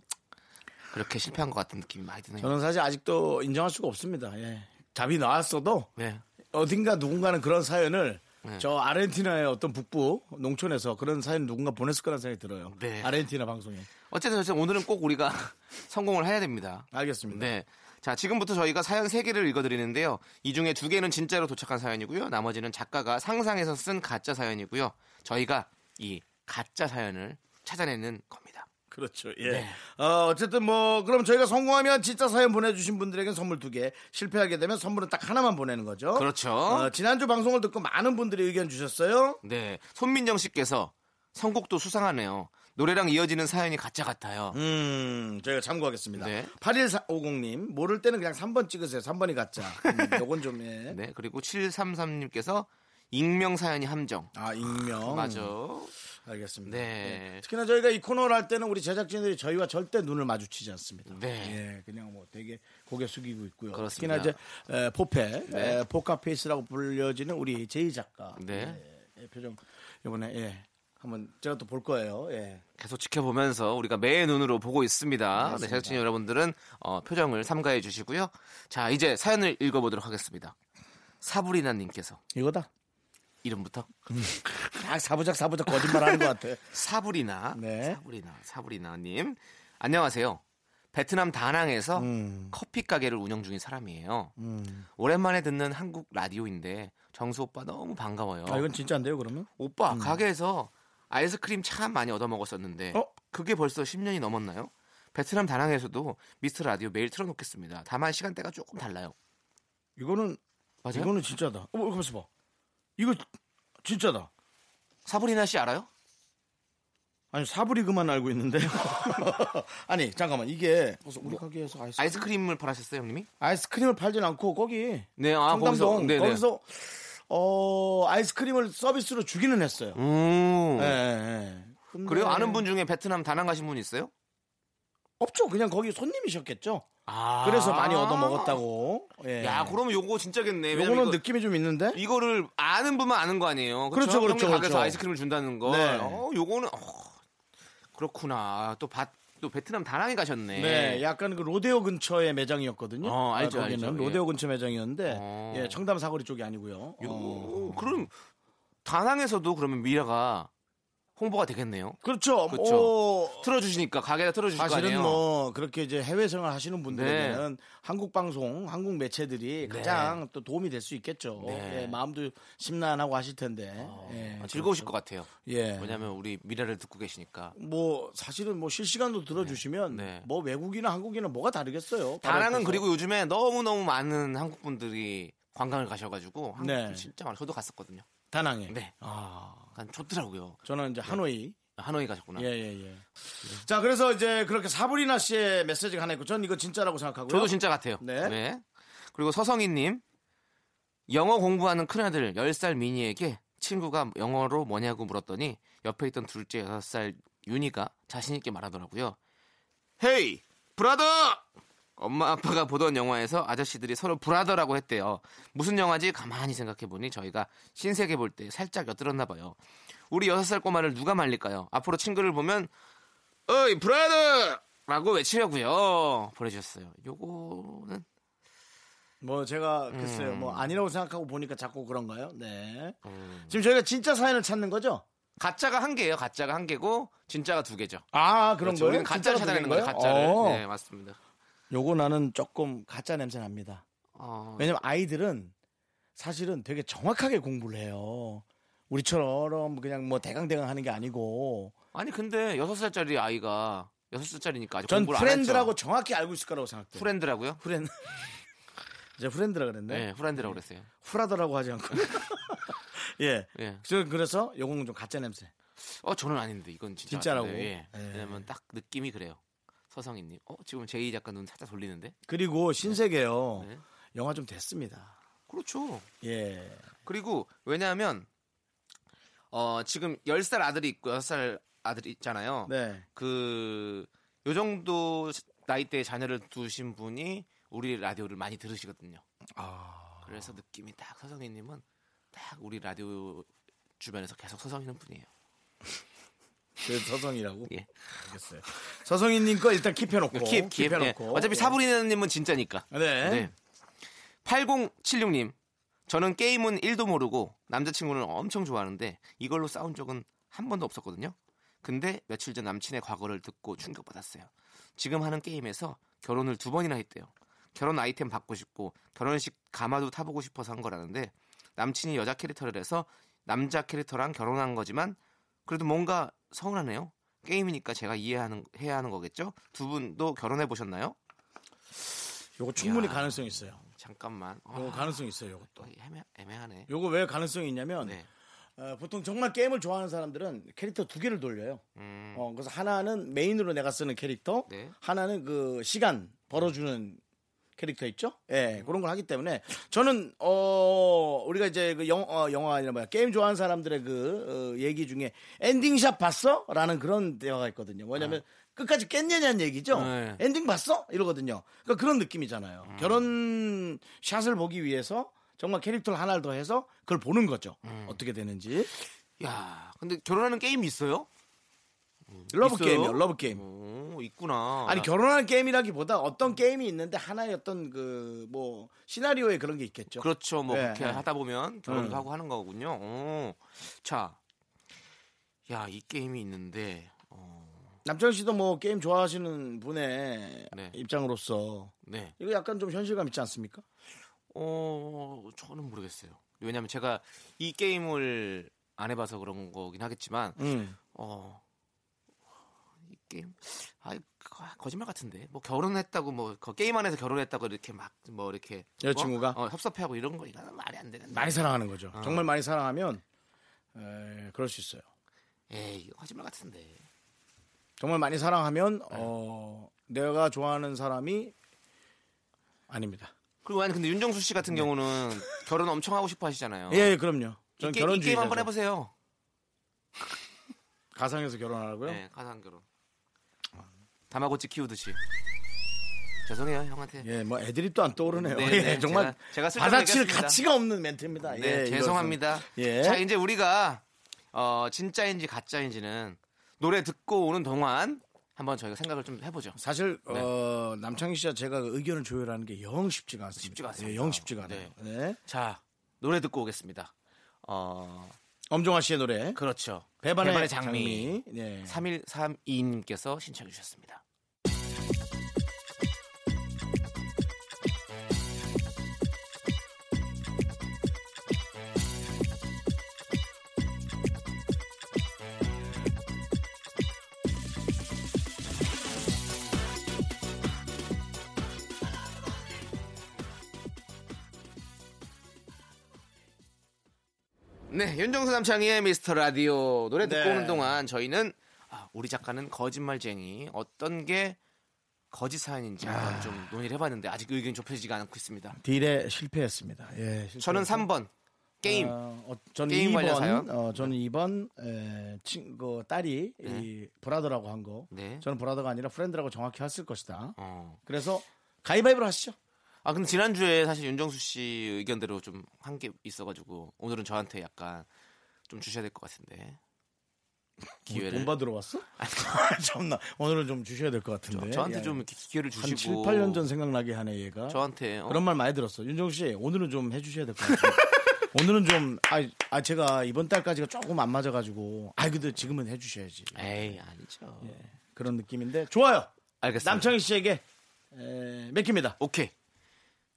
S2: 그렇게 실패한 것 같은 느낌이 많이 드네요.
S1: 저는 사실 아직도 인정할 수가 없습니다. 예. 답이 나왔어도
S2: 네.
S1: 어딘가 누군가는 그런 사연을
S2: 네.
S1: 저 아르헨티나의 어떤 북부 농촌에서 그런 사연 누군가 보냈을 거라는 생각이 들어요.
S2: 네.
S1: 아르헨티나 방송에.
S2: 어쨌든 어쨌든 오늘은 꼭 우리가 성공을 해야 됩니다.
S1: 알겠습니다.
S2: 네. 자, 지금부터 저희가 사연 3개를 읽어드리는데요. 이 중에 2개는 진짜로 도착한 사연이고요. 나머지는 작가가 상상해서 쓴 가짜 사연이고요. 저희가 이 가짜 사연을 찾아내는 겁니다.
S1: 그렇죠. 예.
S2: 네.
S1: 어, 어쨌든 뭐 그럼 저희가 성공하면 진짜 사연 보내주신 분들에겐 선물 두 개, 실패하게 되면 선물은 딱 하나만 보내는 거죠.
S2: 그렇죠.
S1: 어, 지난주 방송을 듣고 많은 분들이 의견 주셨어요.
S2: 네. 손민정 씨께서 선곡도 수상하네요. 노래랑 이어지는 사연이 가짜 같아요.
S1: 음, 저희가 참고하겠습니다.
S2: 네.
S1: 8150님, 모를 때는 그냥 3번 찍으세요. 3번이 가짜. 음, 요건 좀, 예.
S2: 네. 그리고 733님께서 익명 사연이 함정.
S1: 아, 익명.
S2: 맞아.
S1: 알겠습니다.
S2: 네.
S1: 예. 특히나 저희가 이 코너를 할 때는 우리 제작진들이 저희와 절대 눈을 마주치지 않습니다.
S2: 네.
S1: 예, 그냥 뭐 되게 고개 숙이고 있고요. 특히나
S2: 그렇습니다.
S1: 이제 에, 포페, 에, 포카페이스라고 불려지는 우리 제이 작가.
S2: 네.
S1: 예, 표정 이번에 예. 한번 제가 또 볼 거예요. 예.
S2: 계속 지켜보면서 우리가 매의 눈으로 보고 있습니다. 네, 제작진 여러분들은 어, 표정을 삼가해 주시고요. 자, 이제 사연을 읽어보도록 하겠습니다. 사부리나님께서
S1: 이거다.
S2: 이름부터
S1: 아, 사부작 사부작 거짓말하는 것 같아.
S2: 사부리나,
S1: 네.
S2: 사부리나, 사부리나님 안녕하세요. 베트남 다낭에서 커피 가게를 운영 중인 사람이에요. 오랜만에 듣는 한국 라디오인데 정수 오빠 너무 반가워요.
S1: 아, 이건 진짜 안 돼요, 그러면?
S2: 오빠 가게에서 아이스크림 참 많이 얻어 먹었었는데
S1: 어?
S2: 그게 벌써 10년이 넘었나요? 베트남 다낭에서도 미스터 라디오 매일 틀어놓겠습니다. 다만 시간대가 조금 달라요.
S1: 이거는
S2: 맞아요?
S1: 이거는 진짜다. 어, 뭐, 가만있어 봐. 이거 진짜다.
S2: 사브리나 씨 알아요?
S1: 아니 사브리그만 알고 있는데. 아니 잠깐만 이게 우리 가게에서 아이스,
S2: 아이스크림을 팔았었어요, 형님이?
S1: 아이스크림을 팔진 않고 거기
S2: 네, 아 거기서,
S1: 청담동
S2: 네, 네.
S1: 거기서 어 아이스크림을 서비스로 주기는 했어요.
S2: 음.
S1: 예, 예, 예. 근데
S2: 그래요? 아는 분 중에 베트남 다낭 가신 분 있어요?
S1: 없죠. 그냥 거기 손님이셨겠죠.
S2: 아.
S1: 그래서 많이 얻어 먹었다고. 예.
S2: 야, 그러면 요거 진짜겠네.
S1: 요거는
S2: 왜냐면 이거,
S1: 느낌이 좀 있는데.
S2: 이거를 아는 분만 아는 거 아니에요? 그쵸?
S1: 그렇죠, 그렇죠,
S2: 형님 가게에서
S1: 그렇죠.
S2: 아이스크림을 준다는 거.
S1: 네.
S2: 어, 요거는 어, 그렇구나. 또 밭, 또 베트남 다낭에 가셨네.
S1: 네, 약간 그 로데오 근처의 매장이었거든요. 아,
S2: 어, 알죠,
S1: 거기는
S2: 알죠, 예.
S1: 로데오 근처 매장이었는데
S2: 어.
S1: 예, 청담 사거리 쪽이 아니고요.
S2: 요,
S1: 어.
S2: 그럼 다낭에서도 그러면 미라가 홍보가 되겠네요.
S1: 그렇죠.
S2: 그렇죠. 그
S1: 뭐,
S2: 틀어주시니까 가게다 틀어주실 거
S1: 사실은
S2: 아니에요. 네.
S1: 뭐 그렇게 이제 해외 생활 하시는 분들에게는 한국 방송, 한국 매체들이 가장 또 도움이 될 수 있겠죠.
S2: 네.
S1: 예, 마음도 심란하고 하실 텐데. 예.
S2: 아, 즐거우실 것 같아요.
S1: 예.
S2: 왜냐하면 우리 미래를 듣고 계시니까
S1: 뭐 사실은 뭐 실시간으로 들어주시면
S2: 네. 네.
S1: 뭐 외국이나 한국이나 뭐가 다르겠어요. 바로
S2: 다낭은
S1: 옆에서.
S2: 그리고 요즘에 너무 너무 많은 한국 분들이 관광을 가셔가지고 한국
S1: 네.
S2: 분들 진짜 많아. 저도 갔었거든요.
S1: 다낭에.
S2: 네.
S1: 아,
S2: 약간 좋더라고요.
S1: 저는 이제 하노이.
S2: 하노이 가셨구나.
S1: 예, 예, 예. 자, 그래서 이제 그렇게 사브리나 씨의 메시지가 하나 있고, 전 이거 진짜라고 생각하고요.
S2: 저도 진짜 같아요.
S1: 네.
S2: 그리고 서성희님 영어 공부하는 큰아들 10살 미니에게 친구가 영어로 뭐냐고 물었더니 옆에 있던 둘째 6살 윤희가 자신 있게 말하더라고요. 헤이 브라더! 엄마 아빠가 보던 영화에서 아저씨들이 서로 브라더라고 했대요. 무슨 영화지 가만히 생각해보니 저희가 신세계 볼 때 살짝 엿들었나 봐요. 우리 6살 꼬마를 누가 말릴까요? 앞으로 친구를 보면 어이 브라더! 라고 외치려고요. 보내주셨어요. 요거는
S1: 뭐 제가 글쎄요,
S2: 음.
S1: 뭐 아니라고 생각하고 보니까 자꾸 그런가요? 네. 지금 저희가 진짜 사연을 찾는 거죠?
S2: 가짜가 한 개예요. 가짜가 한 개고 진짜가 두 개죠.
S1: 아, 그런
S2: 그렇죠.
S1: 거예요?
S2: 우리는
S1: 진짜로
S2: 가짜를 찾아내는
S1: 들은
S2: 거예요. 가짜를.
S1: 어.
S2: 네, 맞습니다.
S1: 요거 나는 조금 가짜 냄새 납니다.
S2: 어,
S1: 왜냐면 아이들은 사실은 되게 정확하게 공부를 해요. 우리처럼 그냥 뭐 대강대강 하는 게 아니고
S2: 아니 근데 여섯 살짜리 아이가 여섯 살짜리니까 아직
S1: 전
S2: 공부를 안
S1: 프렌드라고
S2: 했죠. 네.
S1: 정확히 알고 있을 거라고 생각돼요.
S2: 프렌드라고요?
S1: 후렌 이제 후렌드라
S2: 네,
S1: 그랬네.
S2: 프렌드라고 그랬어요.
S1: 후라더라고 하지 않고. 예.
S2: 예.
S1: 저 그래서 요거는 좀 가짜 냄새.
S2: 어, 저는 아닌데 이건 진짜
S1: 진짜라고?
S2: 같은데, 예.
S1: 예.
S2: 왜냐면 딱 느낌이 그래요. 서성희님, 어 지금 제이 작가 눈 살짝 돌리는데?
S1: 그리고 신세계요.
S2: 네.
S1: 영화 좀 됐습니다.
S2: 그렇죠.
S1: 예.
S2: 그리고 왜냐하면 어 지금 10살 아들이 있고 6살 아들이 있잖아요.
S1: 네.
S2: 그, 요 정도 나이대 자녀를 두신 분이 우리 라디오를 많이 들으시거든요.
S1: 아.
S2: 그래서 느낌이 딱 서성희님은 딱 우리 라디오 주변에서 계속 서성이는 분이에요.
S1: 그 서성이라고.
S2: 예.
S1: 알겠어요. 서성이 님거 일단 킵해 놓고.
S2: 킵, 킵. 예. 어차피 사부리나님은 진짜니까.
S1: 네.
S2: 네. 8076님. 저는 게임은 1도 모르고 남자친구를 엄청 좋아하는데 이걸로 싸운 적은 한 번도 없었거든요. 근데 며칠 전 남친의 과거를 듣고 충격받았어요. 지금 하는 게임에서 결혼을 두 번이나 했대요. 결혼 아이템 받고 싶고 결혼식 가마도 타보고 싶어서 한 거라는데 남친이 여자 캐릭터를 해서 남자 캐릭터랑 결혼한 거지만 그래도 뭔가 서운하네요. 게임이니까 제가 이해하는 해야 하는 거겠죠? 두 분도 결혼해 보셨나요?
S1: 요거 충분히
S2: 야.
S1: 가능성이 있어요.
S2: 잠깐만. 아,
S1: 요거 가능성이 있어요, 요것도.
S2: 또 애매, 애매하네.
S1: 요거 왜 가능성이 있냐면
S2: 네.
S1: 어, 보통 정말 게임을 좋아하는 사람들은 캐릭터 두 개를 돌려요.
S2: 음,
S1: 어, 그래서 하나는 메인으로 내가 쓰는 캐릭터,
S2: 네.
S1: 하나는 그 시간 벌어주는 캐릭터 있죠? 예,
S2: 음.
S1: 그런 걸 하기 때문에 저는 어 우리가 이제 그 영, 어, 영화 아니라 뭐야 게임 좋아하는 사람들의 그 어, 얘기 중에 엔딩샷 봤어?라는 그런 대화가 있거든요. 뭐냐면 끝까지 깼냐냐는 얘기죠.
S2: 아. 네. 음.
S1: 엔딩 봤어? 이러거든요. 그러니까 그런 느낌이잖아요. 결혼 샷을 보기 위해서 정말 캐릭터를 하나를 더 해서 그걸 보는 거죠.
S2: 음.
S1: 어떻게 되는지. 어.
S2: 야, 근데 결혼하는 게임이 있어요?
S1: 러브
S2: 있어요?
S1: 게임이요. 러브 게임.
S2: 오, 어, 있구나.
S1: 아니 결혼하는 게임이라기보다 어떤 게임이 있는데 하나의 어떤 그 뭐 시나리오에 그런 게 있겠죠.
S2: 그렇죠. 뭐
S1: 예,
S2: 그렇게
S1: 예.
S2: 하다 보면 결혼도
S1: 음.
S2: 하고 하는 거군요. 오. 자, 야, 이 게임이 있는데, 어,
S1: 남철 씨도 뭐 게임 좋아하시는 분의
S2: 네.
S1: 입장으로서
S2: 네,
S1: 이거 약간 좀 현실감 있지 않습니까?
S2: 어, 저는 모르겠어요. 왜냐면 제가 이 게임을 안 해봐서 그런 거긴 하겠지만,
S1: 음.
S2: 어, 이 게임, 아, 거짓말 같은데. 뭐 결혼했다고 뭐 그 게임 안에서 결혼했다고 이렇게 막 뭐 이렇게
S1: 여자친구가?
S2: 뭐, 어, 협섭해하고 이런 거 이거는 말이 안 되는.
S1: 많이 사랑하는 거죠.
S2: 어.
S1: 정말 많이 사랑하면 에, 그럴 수 있어요.
S2: 에이, 이거 거짓말 같은데.
S1: 정말 많이 사랑하면
S2: 네.
S1: 어, 내가 좋아하는 사람이 아닙니다.
S2: 그리고 아니 근데 윤정수 씨 같은 경우는 결혼 엄청 하고 싶어 하시잖아요.
S1: 네. 예, 예, 그럼요.
S2: 이,
S1: 전
S2: 게, 이 게임
S1: 결혼주의자.
S2: 한번 해보세요.
S1: 가상에서 결혼하라고요?
S2: 네, 가상 결혼. 다마고치 키우듯이. 죄송해요 형한테.
S1: 예, 뭐 애드립도 안 떠오르네요.
S2: 네, 네,
S1: 예, 정말
S2: 제가- 제가
S1: 받아칠
S2: 쓸데없겠습니다.
S1: 가치가 없는 멘트입니다.
S2: 네,
S1: 예,
S2: 죄송합니다.
S1: 이것은. 예.
S2: 자, 이제 우리가 어, 진짜인지 가짜인지는 노래 듣고 오는 동안 한번 저희가 생각을 좀 해보죠.
S1: 사실
S2: 네.
S1: 어, 남창희 씨와 제가 의견을 조율하는 게 영 쉽지가 않습니다.
S2: 쉽지가 않습니다.
S1: 예, 영 쉽지가 않아요. 네.
S2: 자, 노래 듣고 오겠습니다. 어,
S1: 엄정화 씨의 노래.
S2: 그렇죠.
S1: 배반의,
S2: 배반의 장미.
S1: 장미. 네.
S2: 3132님께서 신청해 주셨습니다. 네, 윤정수 남창희의 미스터 라디오 노래 듣고
S1: 네.
S2: 오는 동안 저희는 아, 우리 작가는 거짓말쟁이 어떤 게 거짓 사연인지
S1: 아.
S2: 한번 좀 논의를 해봤는데 아직 의견이 좁혀지지가 않고 있습니다.
S1: 딜에 실패했습니다. 예, 실패.
S2: 저는 3번 게임
S1: 어, 어, 저는
S2: 게임 네.
S1: 2번,
S2: 관련 사연.
S1: 어, 저는 2번 에, 친구 그 딸이 이 브라더라고 한 거.
S2: 네.
S1: 저는 브라더가 아니라 프렌드라고 정확히 했을 것이다.
S2: 어.
S1: 그래서 가위바위보로 하시죠. 뭐
S2: 아 근데 지난주에 사실 윤정수 씨 의견대로 좀 한 게 있어가지고 오늘은 저한테 약간 좀 주셔야 될 것 같은데
S1: 돈뭐
S2: 기회를
S1: 받으러 왔어? 아, 참나 오늘은 좀 주셔야 될 것 같은데.
S2: 저한테
S1: 야,
S2: 좀 이렇게 기회를
S1: 예, 한
S2: 주시고
S1: 7, 8년 전 생각나게 하네 얘가.
S2: 저한테 어,
S1: 그런 말 많이 들었어. 윤정 씨 오늘은 좀 해주셔야 될 것 같아요. 오늘은 좀 아 제가 이번 달까지가 조금 안 맞아가지고 아 그래도 지금은 해주셔야지
S2: 에이 아니죠
S1: 그런 느낌인데 좋아요.
S2: 알겠습니다
S1: 예. 남창희 씨에게 에, 맡깁니다.
S2: 오케이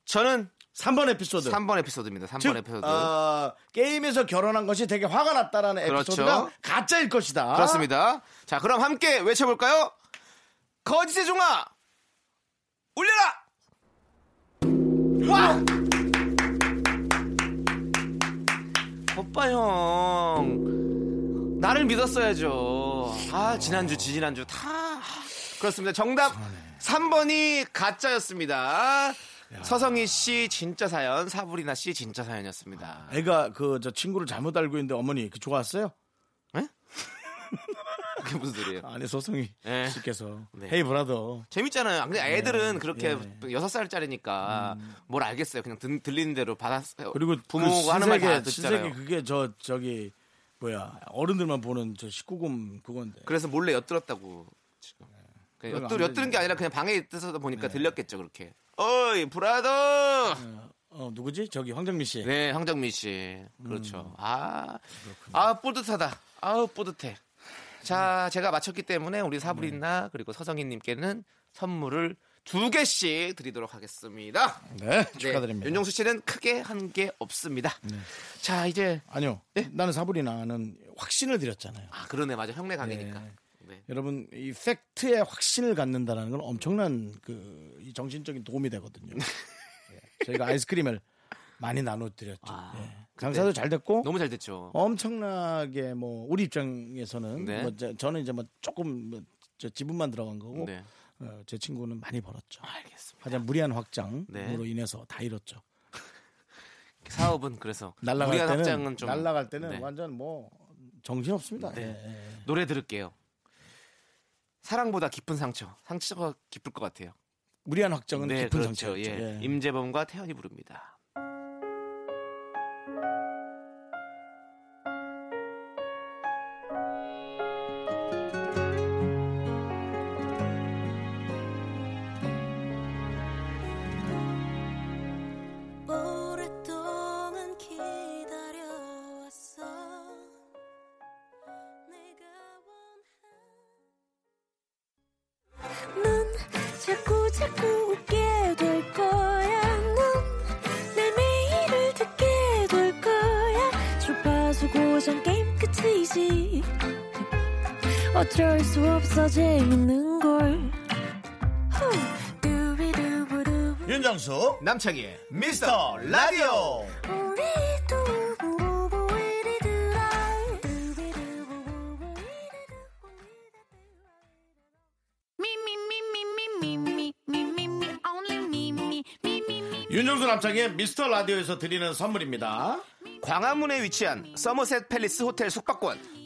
S2: 저는
S1: 3번 에피소드.
S2: 3번 에피소드입니다 3번
S1: 네. 즉,
S2: 에피소드
S1: 어, 게임에서 결혼한 것이 되게 화가 났다라는
S2: 그렇죠.
S1: 에피소드가 가짜일 것이다.
S2: 그렇습니다 자 그럼 함께 외쳐볼까요 거짓의 종아 울려라 와 오빠 형 나를 믿었어야죠 아 지난주 지지난주 다 그렇습니다 정답 3번이 가짜였습니다 서성희 씨 진짜 사연 사부리나 씨 진짜 사연이었습니다
S1: 애가 그 저 친구를 잘못 알고 있는데 어머니 그 좋았어요?
S2: 그게 무슨 소리예요
S1: 아니 소승희
S2: 예.
S1: 씨께서
S2: 네.
S1: 헤이 브라더
S2: 재밌잖아요. 근데 애들은 그렇게
S1: 네. 예. 음.
S2: 여섯 살짜리니까 뭘 알겠어요. 그냥 들, 들리는 대로 받았어요.
S1: 그리고
S2: 부모가
S1: 그
S2: 하는 말 다
S1: 신세계-
S2: 듣잖아요.
S1: 신세계 그게 저 저기 뭐야 어른들만 보는 저 19금 그건데
S2: 그래서 몰래 엿들었다고 지금. 그냥
S1: 네. 그건
S2: 엿들,
S1: 안
S2: 엿드는
S1: 되죠.
S2: 게
S1: 네.
S2: 아니라 그냥 방에 있어서 보니까 들렸겠죠 그렇게. 어이 브라더.
S1: 어 누구지 저기 황정민 씨
S2: 네 황정민 씨
S1: 음.
S2: 그렇죠. 아, 아 뿌듯하다. 아우 뿌듯해.
S1: 음.
S2: 자 제가 맞췄기 때문에 우리 사브린나
S1: 네.
S2: 그리고 서정희님께는 선물을 두 개씩 드리도록 하겠습니다.
S1: 네, 축하드립니다. 네.
S2: 네, 윤정수 씨는 크게 한 게 없습니다. 자 이제
S1: 아니요
S2: 네?
S1: 나는 사불이 나는 확신을 드렸잖아요.
S2: 아 그러네 맞아 형네 강이니까.
S1: 네.
S2: 네.
S1: 여러분 이 팩트에 확신을 갖는다라는 건 엄청난 그이 정신적인 도움이 되거든요.
S2: 네.
S1: 예, 저희가 아이스크림을 많이 나눠드렸죠.
S2: 아,
S1: 예. 장사도 잘 됐고
S2: 너무 잘 됐죠.
S1: 어? 엄청나게 뭐 우리 입장에서는
S2: 네.
S1: 뭐 저, 저는 이제 뭐 조금 뭐 저 지분만 들어간 거고
S2: 네.
S1: 어, 제 친구는 많이 벌었죠.
S2: 알겠습니다.
S1: 하지만 무리한 확장으로
S2: 네.
S1: 인해서 다 잃었죠.
S2: 사업은 그래서
S1: 날라갈
S2: 우리가
S1: 때는
S2: 확장은 좀
S1: 날라갈 때는
S2: 네.
S1: 완전 뭐 정신 없습니다. 예, 예.
S2: 노래 들을게요. 사랑보다 깊은 상처. 상처가 깊을 것 같아요.
S1: 무리한 확장은 깊은
S2: 그렇죠.
S1: 상처였죠.
S2: 예.
S1: 예.
S2: 임재범과 태연이 부릅니다.
S5: 오랫동안 기다려왔어 내가 원한 넌 자꾸 자꾸 웃게 될 거야 넌내 매일을 듣게 될 거야 주파수 고정 게임 끝이지 어쩔 수 없어 재밌는걸 후. 두비두부두부.
S1: 윤정수
S2: 남창희의
S1: 미스터 라디오 윤정수 남창의 미스터 라디오에서 드리는 선물입니다.
S2: 광화문에 위치한 서머셋 팰리스 호텔 숙박권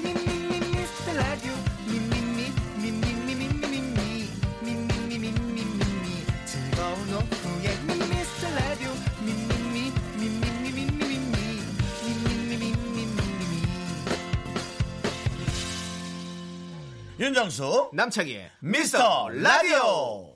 S8: 미미미
S1: 윤정수
S2: 남창희의
S1: 미스터 라디오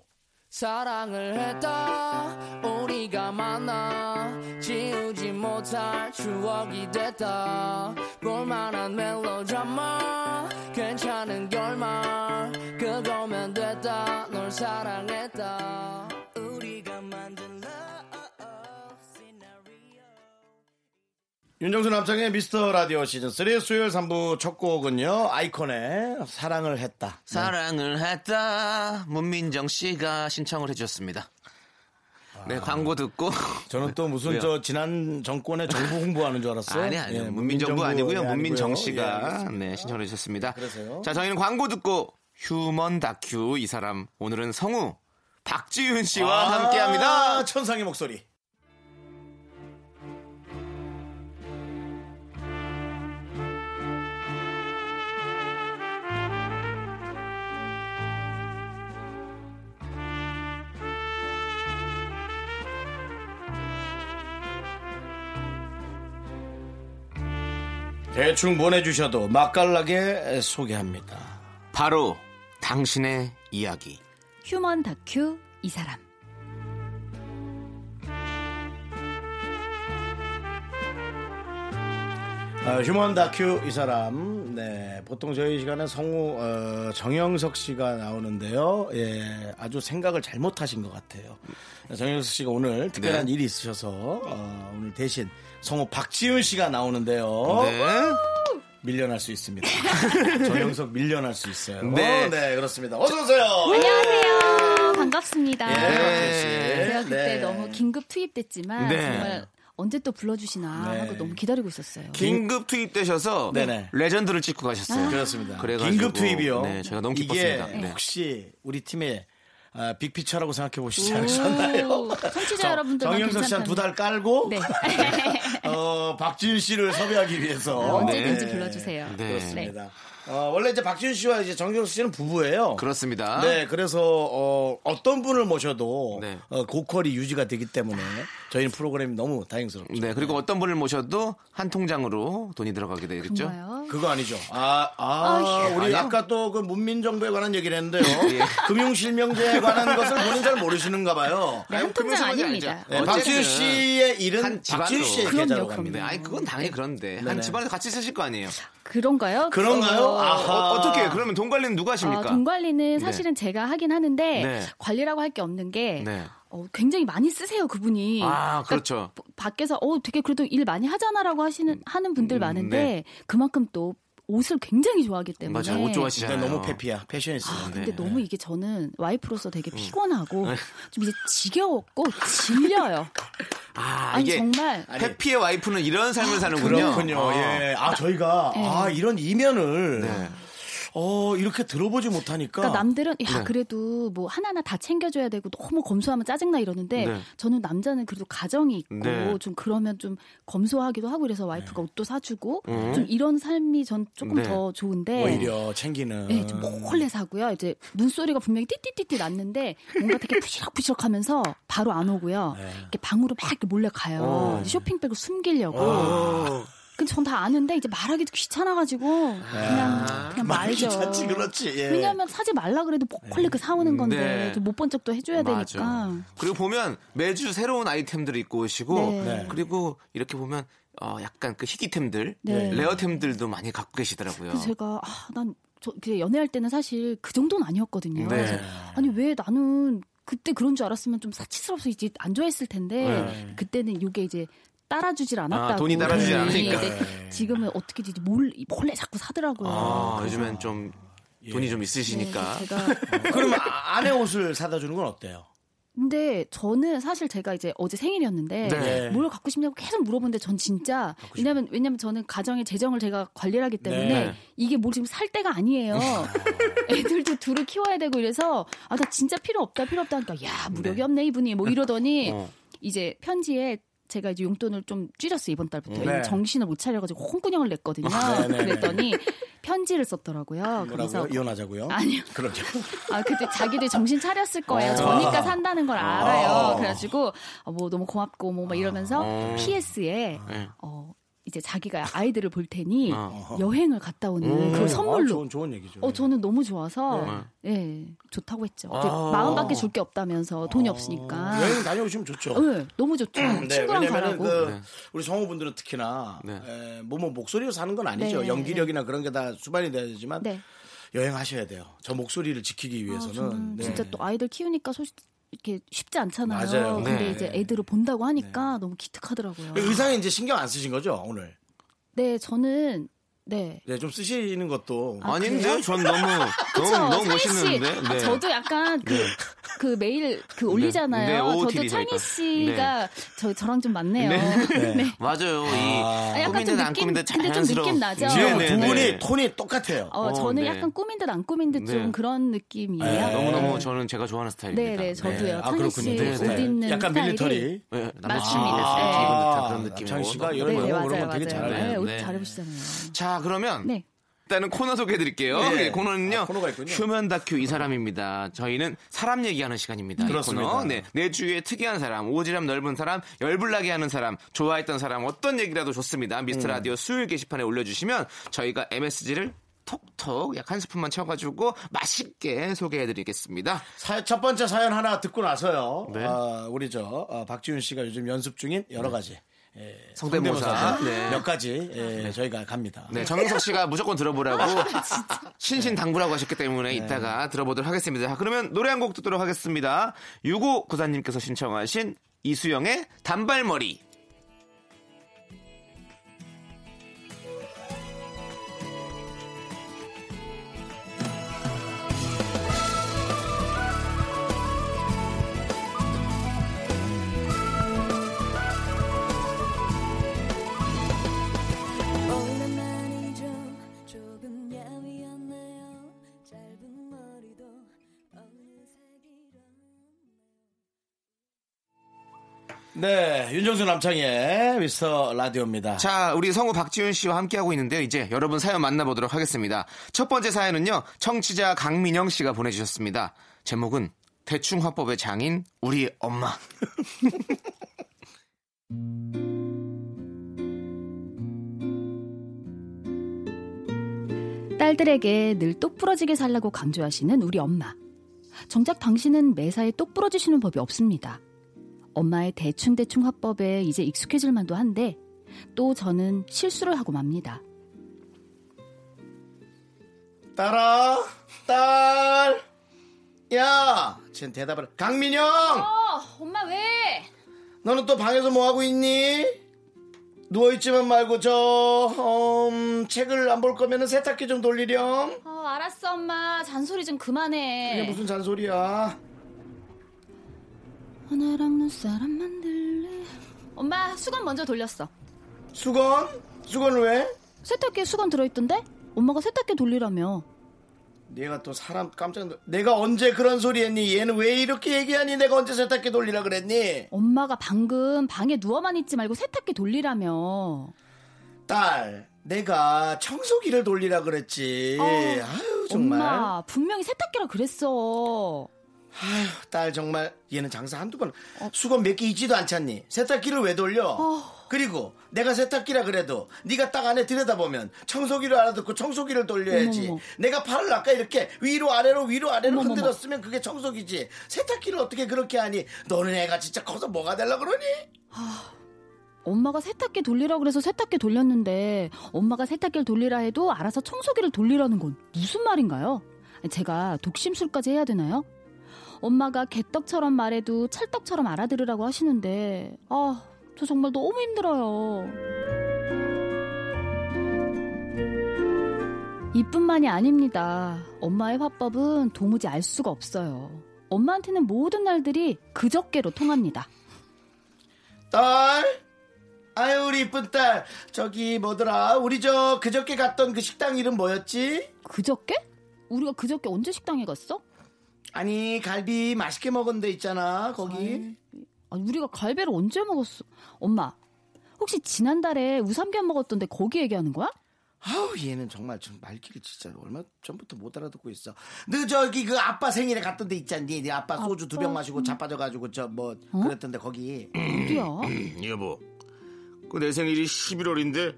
S6: 사랑을 했다 우리가 만나 지우지 못할 추억이 됐다 볼만한 멜로드라마 괜찮은 결말 그거면 됐다 널 사랑했다 우리가 만든 love scenario
S1: 윤정수 남창의 미스터 라디오 시즌 3 수요일 3부 첫 곡은요 아이콘의 사랑을 했다
S2: 사랑을 했다. 문민정 씨가 신청을 해주셨습니다. 네, 광고 듣고.
S1: 저는 또 무슨
S2: 네. 왜요?
S1: 저 지난 정권의 정부 홍보하는 줄 알았어요
S2: 아니, 아니요.
S1: 예,
S2: 문민정부 아니고요.
S1: 예,
S2: 문민정
S1: 아니고요.
S2: 씨가
S1: 예,
S2: 네, 신청을 해주셨습니다.
S1: 그러세요?
S2: 자, 저희는 광고 듣고 휴먼 다큐 이 사람. 오늘은 성우 박지윤 씨와
S1: 아,
S2: 함께 합니다.
S1: 천상의 목소리 대충 보내주셔도 맛깔나게 소개합니다.
S2: 바로 당신의 이야기.
S9: 휴먼 다큐 이 사람
S1: 어, 휴먼 다큐 이 사람 네 보통 저희 시간에 성우 어, 정영석 씨가 나오는데요 예 아주 생각을 잘못하신 것 같아요 정영석 씨가 오늘 특별한
S2: 네.
S1: 일이 있으셔서 어, 오늘 대신 성우 박지윤 씨가 나오는데요
S2: 네.
S1: 밀려날 수 있습니다 정영석 밀려날 수 있어요
S2: 네.
S1: 네, 그렇습니다 어서 오세요
S9: 안녕하세요 반갑습니다
S1: 예, 박지윤 씨.
S9: 제가 그때
S1: 네.
S9: 너무 긴급 투입됐지만
S2: 네.
S9: 정말 언제 또 불러주시나
S1: 네.
S9: 하고 너무 기다리고 있었어요
S2: 긴급 투입되셔서
S1: 네네. 아,
S2: 레전드를 찍고 가셨어요.
S1: 그렇습니다.
S2: 그래가지고,
S1: 긴급 투입이요.
S2: 네, 저희가 너무 기뻤습니다.
S1: 이게
S2: 네.
S1: 혹시 우리 팀의 아, 빅피처라고 생각해 보시지 않으셨나요?
S9: 오, 청취자 음, 여러분들만
S1: 정영석 씨 한 두 달 깔고
S9: 네.
S1: 어, 박지윤 씨를 섭외하기 위해서
S9: 언제든지
S1: 네.
S9: 불러주세요
S2: 네.
S1: 그렇습니다. 어, 원래 이제 박지윤 씨와 이제 정영석 씨는 부부예요.
S2: 그렇습니다.
S1: 네, 그래서 어, 어떤 분을 모셔도
S2: 네.
S1: 어, 고퀄이 유지가 되기 때문에 저희는 프로그램이 너무 다행스럽죠.
S2: 네, 그리고 어떤 분을 모셔도 한 통장으로 돈이 들어가게 되겠죠.
S9: 정말요
S1: 그거 아니죠. 아, 아,
S9: 아휴.
S1: 우리
S2: 아니요?
S1: 아까 또 그 문민정부에 관한 얘기를 했는데요. 금융실명제에 관한 것을 본인 잘 모르시는가 봐요.
S9: 네, 한 통장
S2: 금융소문이
S9: 아닙니다
S2: 아니죠.
S1: 네, 박지윤
S2: 어쨌든
S1: 씨의 일은
S2: 한 집안으로.
S1: 박지윤 씨의
S9: 그럼요,
S1: 계좌로
S9: 그럼요.
S1: 갑니다.
S2: 네, 아니 그건 당연히 그런데 한 집안에서 같이 쓰실 거 아니에요.
S9: 그런가요?
S1: 그런가요?
S9: 어,
S1: 아, 아하.
S2: 어, 떻게 그러면 돈 관리는 누가
S9: 아,
S2: 하십니까?
S9: 돈 관리는 사실은 제가 하긴 하는데
S2: 네.
S9: 관리라고 할 게 없는 게
S2: 네.
S9: 어, 굉장히 많이 쓰세요 그분이. 그러니까
S2: 아, 그렇죠.
S9: 바- 밖에서 어 되게 그래도 일 많이 하잖아라고 하시는 하는 분들 많은데
S2: 음. 네.
S9: 그만큼 또 옷을 굉장히 좋아하기 때문에.
S2: 맞아요. 옷
S1: 근데
S2: 좋아하시잖아요.
S1: 네,
S2: 네.
S1: 너무 페피야. 패션이스.
S9: 아, 근데 너무 이게 저는
S2: 음.
S9: 와이프로서 되게 피곤하고 좀 이제 지겨웠고 질려요.
S2: 아,
S9: 아니
S2: 이게
S9: 정말 아,
S2: 페피의 와이프는 이런 삶을 사는군요.
S1: 그렇군요.
S2: 아.
S1: 예. 아, 저희가
S9: 네.
S1: 아, 이런 이면을
S2: 네.
S1: 어, 이렇게 들어보지 못하니까
S9: 그러니까 남들은 야
S2: 네.
S9: 그래도 뭐 하나하나 다 챙겨줘야 되고 너무 검소하면 짜증나 이러는데
S2: 네.
S9: 저는 남자는 그래도 가정이 있고
S2: 네.
S9: 좀 그러면 좀 검소하기도 하고 그래서 와이프가 옷도 사주고 좀 이런 삶이 전 조금
S2: 음. 네.
S9: 더 좋은데
S1: 오히려 챙기는
S9: 네, 좀 몰래 사고요. 이제 눈소리가 분명히 띠띠띠띠 났는데 뭔가 되게 부시럭부시럭 하면서
S1: 네. 어.
S9: 바로 안 오고요. 이렇게 방으로 막 이렇게 몰래 가요. 쇼핑백을 숨기려고. 근데 전 다 아는데 이제 말하기도 귀찮아가지고 그냥 그냥
S1: 네. 많이
S9: 말죠.
S1: 귀찮지, 음, 그렇지, 예.
S9: 왜냐하면 사지 말라 그래도 목걸리 그 사오는 건데
S2: 네.
S9: 못 본 척도 해줘야 되니까.
S2: 그리고 보면 매주 새로운 아이템들을 입고 오시고
S9: 네. 네.
S2: 그리고 이렇게 보면 어, 약간 그 희귀템들,
S9: 네.
S2: 레어템들도 많이 갖고 계시더라고요.
S9: 그래서 제가 아, 난저 연애할 때는 사실 그 정도는 아니었거든요.
S2: 네.
S9: 그래서 아니 왜 나는 그때 그런 줄 알았으면 좀 사치스럽서 이제 안 좋아했을 텐데
S2: 네.
S9: 그때는 요게 이제 따라주질 않았다고.
S2: 아, 돈이 따라주질 않으니까. 네.
S9: 근데 지금은 어떻게 이제 몰, 몰래 자꾸 사더라고요.
S2: 아, 예.
S9: 그래서
S2: 요즘엔 좀 돈이 좀 있으시니까.
S9: 네, 제가
S1: 그러면 아- 아내 옷을 사다 주는 건 어때요?
S9: 근데 저는 사실 제가 이제 어제 생일이었는데
S1: 네.
S9: 뭘 갖고 싶냐고 계속 물어보는데 전 진짜 왜냐면 왜냐면 저는 가정의 재정을 제가 관리를 하기 때문에
S2: 네.
S9: 이게 뭘 지금 살 때가 아니에요. 애들도 둘을 키워야 되고 이래서 아 나 진짜 필요 없다 필요 없다 하니까 야 무력이
S2: 네.
S9: 없네 이분이 뭐 이러더니
S2: 어.
S9: 이제 편지에 제가 이제 용돈을 좀 줄였어요 이번 달부터
S1: 네.
S9: 왜냐면 정신을 못 차려가지고 홍군형을 냈거든요.
S1: 네, 네, 네.
S9: 그랬더니 편지를 썼더라고요. 그래서
S1: 뭐라고요? 그러니까 이혼하자고요?
S9: 아니요.
S1: 그러죠.
S9: 아, 그때 자기들 정신 차렸을 거예요.
S1: 어.
S9: 저니까 산다는 걸
S1: 어.
S9: 알아요. 그래가지고, 어, 뭐, 너무 고맙고, 뭐, 막 이러면서,
S1: 아.
S2: 어.
S9: PS에,
S2: 네.
S9: 어, 이제 자기가 아이들을 볼 테니,
S2: 어.
S9: 여행을 갔다 오는
S1: 아,
S9: 그 선물로.
S1: 좋은, 네. 좋은 얘기죠.
S9: 어, 저는 너무 좋아서, 예, 좋다고
S1: 아.
S9: 했죠. 이제
S2: 어.
S9: 마음밖에 줄 게 없다면서, 돈이 없으니까.
S1: 여행 다녀오시면 좋죠. 음,
S9: 네, 너무 좋죠. 친구랑
S1: 왜냐면은
S9: 가라고.
S1: 그
S2: 네.
S1: 우리 성우분들은 특히나
S2: 네.
S1: 에, 뭐뭐 목소리로 사는 건 아니죠.
S9: 네.
S1: 연기력이나 그런 게 다 수반이 되지만
S9: 네.
S1: 여행하셔야 돼요. 저 목소리를 지키기
S9: 아,
S1: 위해서는 네.
S9: 저는 진짜 또 아이들 키우니까 소식, 이렇게 쉽지 않잖아요.
S1: 맞아요. 네.
S9: 근데
S2: 네.
S9: 이제 애들을 본다고 하니까 너무 기특하더라고요.
S1: 그 의상에 이제 신경 안 쓰신 거죠 오늘?
S9: 네, 저는 네.
S1: 네, 좀 쓰시는 것도
S9: 아,
S2: 아닌데?
S9: 그래요?
S2: 전 너무, 너무,
S9: 그쵸?
S1: 네,
S2: 너무
S9: 상희 씨,
S2: 멋있는데? 네.
S9: 아, 저도 약간 그, 그 매일 그 올리잖아요.
S2: 네, OOTD
S9: 저도 창희
S2: 저희가.
S9: 씨가
S1: 네.
S9: 저, 저랑 좀 맞네요.
S2: 네. 맞아요.
S9: 아,
S2: 이
S9: 약간
S2: 꾸민
S9: 좀
S2: 듯안
S9: 느낌-
S2: 꾸민 듯
S9: 근데 좀
S2: 자연스러운.
S9: 느낌 나죠?
S1: 지금 뭐
S9: 네,
S1: 두 분이 톤이 똑같아요.
S9: 어,
S2: 어,
S9: 저는
S2: 네.
S9: 약간 꾸민 듯 안 꾸민 듯 좀
S2: 네.
S9: 그런 느낌이에요.
S2: 너무너무 저는 제가 좋아하는 스타일입니다.
S9: 네, 네, 저도요.
S1: 네. 아,
S9: 창희
S1: 그렇군요.
S9: 씨
S2: 네,
S9: 옷
S2: 네.
S9: 입는
S1: 약간
S9: 스타일이
S1: 밀리터리.
S2: 네,
S9: 맞습니다.
S2: 남자친구가 이렇게 입은 듯한 그런
S9: 네.
S1: 아,
S2: 느낌이고.
S1: 남창희 씨가
S2: 너무-
S9: 네,
S1: 이런
S9: 네,
S1: 거
S9: 맞아요,
S1: 그런 거
S9: 맞아요.
S1: 되게 잘하네.
S9: 네, 옷
S2: 네.
S9: 잘 입으시잖아요.
S2: 자, 그러면
S9: 네.
S2: 일단은 코너 소개해드릴게요.
S1: 네.
S2: 예, 코너는요.
S1: 아, 코너가 있군요.
S2: 휴면 다큐 이 사람입니다. 저희는 사람 얘기하는 시간입니다. 이
S1: 그렇습니다.
S2: 코너. 네, 내 주위에 특이한 사람, 오지랖 넓은 사람, 열불나게 하는 사람, 좋아했던 사람, 어떤 얘기라도 좋습니다.
S1: 음.
S2: 미스터 라디오 수요일 게시판에 올려주시면 저희가 MSG를 톡톡 약 한 스푼만 쳐가지고 맛있게 소개해드리겠습니다.
S1: 사- 첫 번째 사연 하나 듣고 나서요.
S2: 네.
S1: 아, 우리 저 어, 박지윤 씨가 요즘 연습 중인 여러 가지
S2: 성대모사. 네.
S1: 몇 가지 예, 저희가 갑니다.
S2: 네, 정영석 씨가 무조건 들어보라고 신신 당부라고 하셨기 때문에 이따가 들어보도록 하겠습니다. 자, 그러면 노래 한 곡 듣도록 하겠습니다. 유고 구사님께서 신청하신 이수영의 단발머리.
S5: 오랜만이죠 조금 야위었네요 짧은 머리도 어느새 길었네요
S1: 네, 윤정수 남창의 미스터 라디오입니다.
S2: 자, 우리 성우 박지윤 씨와 함께하고 있는데요. 이제 여러분 사연 만나보도록 하겠습니다. 첫 번째 사연은요, 청취자 강민영 씨가 보내주셨습니다. 제목은 대충 화법의 장인 우리 엄마.
S9: 딸들에게 늘 똑부러지게 살라고 강조하시는 우리 엄마. 정작 당신은 매사에 똑부러지시는 법이 없습니다. 엄마의 대충대충 화법에 이제 익숙해질 만도 한데 또 저는 실수를 하고 맙니다.
S1: 딸아, 딸, 야, 지금 대답을 강민영,
S9: 어, 엄마 왜?
S1: 너는 또 방에서 뭐 하고 있니? 누워 있지만 말고 저 음, 책을 안 볼 거면은 세탁기 좀 돌리렴.
S9: 어, 알았어 엄마. 잔소리 좀
S1: 이게
S9: 그만해.
S1: 무슨 잔소리야?
S9: 하나랑 눈사람 만들래. 엄마 수건 먼저 돌렸어.
S1: 수건? 수건을 왜?
S9: 세탁기에 수건 들어있던데? 엄마가 세탁기 돌리라며.
S1: 얘가 또 사람 깜짝 놀. 내가 언제 그런 소리 했니? 얘는 왜 이렇게 얘기하니? 내가 언제 세탁기 돌리라 그랬니?
S9: 엄마가 방금 방에 누워만 있지 말고 세탁기 돌리라며.
S1: 딸, 내가 청소기를 돌리라 그랬지.
S9: 어,
S1: 아유 정말.
S9: 엄마 분명히 세탁기라 그랬어.
S1: 아유 딸 정말 얘는 장사 한두 번
S9: 어.
S1: 수건 몇 개 있지도 않잖니 세탁기를 왜 돌려 그리고 내가 세탁기라 그래도 네가 딱 안에 들여다보면 청소기를 알아듣고 청소기를 돌려야지
S9: 어머머머.
S1: 내가 팔을 아까 이렇게 위로 아래로 위로 아래로
S9: 어머머머.
S1: 흔들었으면 그게 청소기지 세탁기를 어떻게 그렇게 하니 너는 애가 진짜 커서 뭐가 되려 그러니
S9: 엄마가 세탁기 돌리라 그래서 세탁기 돌렸는데 엄마가 세탁기를 돌리라 해도 알아서 청소기를 돌리라는 건 무슨 말인가요? 제가 독심술까지 해야 되나요? 엄마가 개떡처럼 말해도 찰떡처럼 알아들으라고 하시는데 아, 저 정말 너무 힘들어요. 이뿐만이 아닙니다. 엄마의 화법은 도무지 알 수가 없어요. 엄마한테는 모든 날들이 그저께로 통합니다.
S1: 딸 아유 우리 이쁜 딸 저기 뭐더라 우리 저 그저께 갔던 그 식당 이름 뭐였지
S9: 그저께? 우리가 그저께 언제 식당에 갔어?
S1: 아니 갈비 맛있게 먹은 데 있잖아 거기
S9: 아니, 우리가 갈배를 언제 먹었어? 엄마, 혹시 지난달에 우삼겹 먹었던데 거기 얘기하는 거야?
S1: 아우 얘는 정말 좀 말귀를 진짜 얼마 전부터 못 알아듣고 있어 너 저기 그 아빠 생일에 갔던 데 있잖니 네 아빠 소주 두 병 마시고 자빠져가지고 저 뭐 그랬던데 거기
S9: 어디야?
S2: 여보, 그 내 생일이 11월인데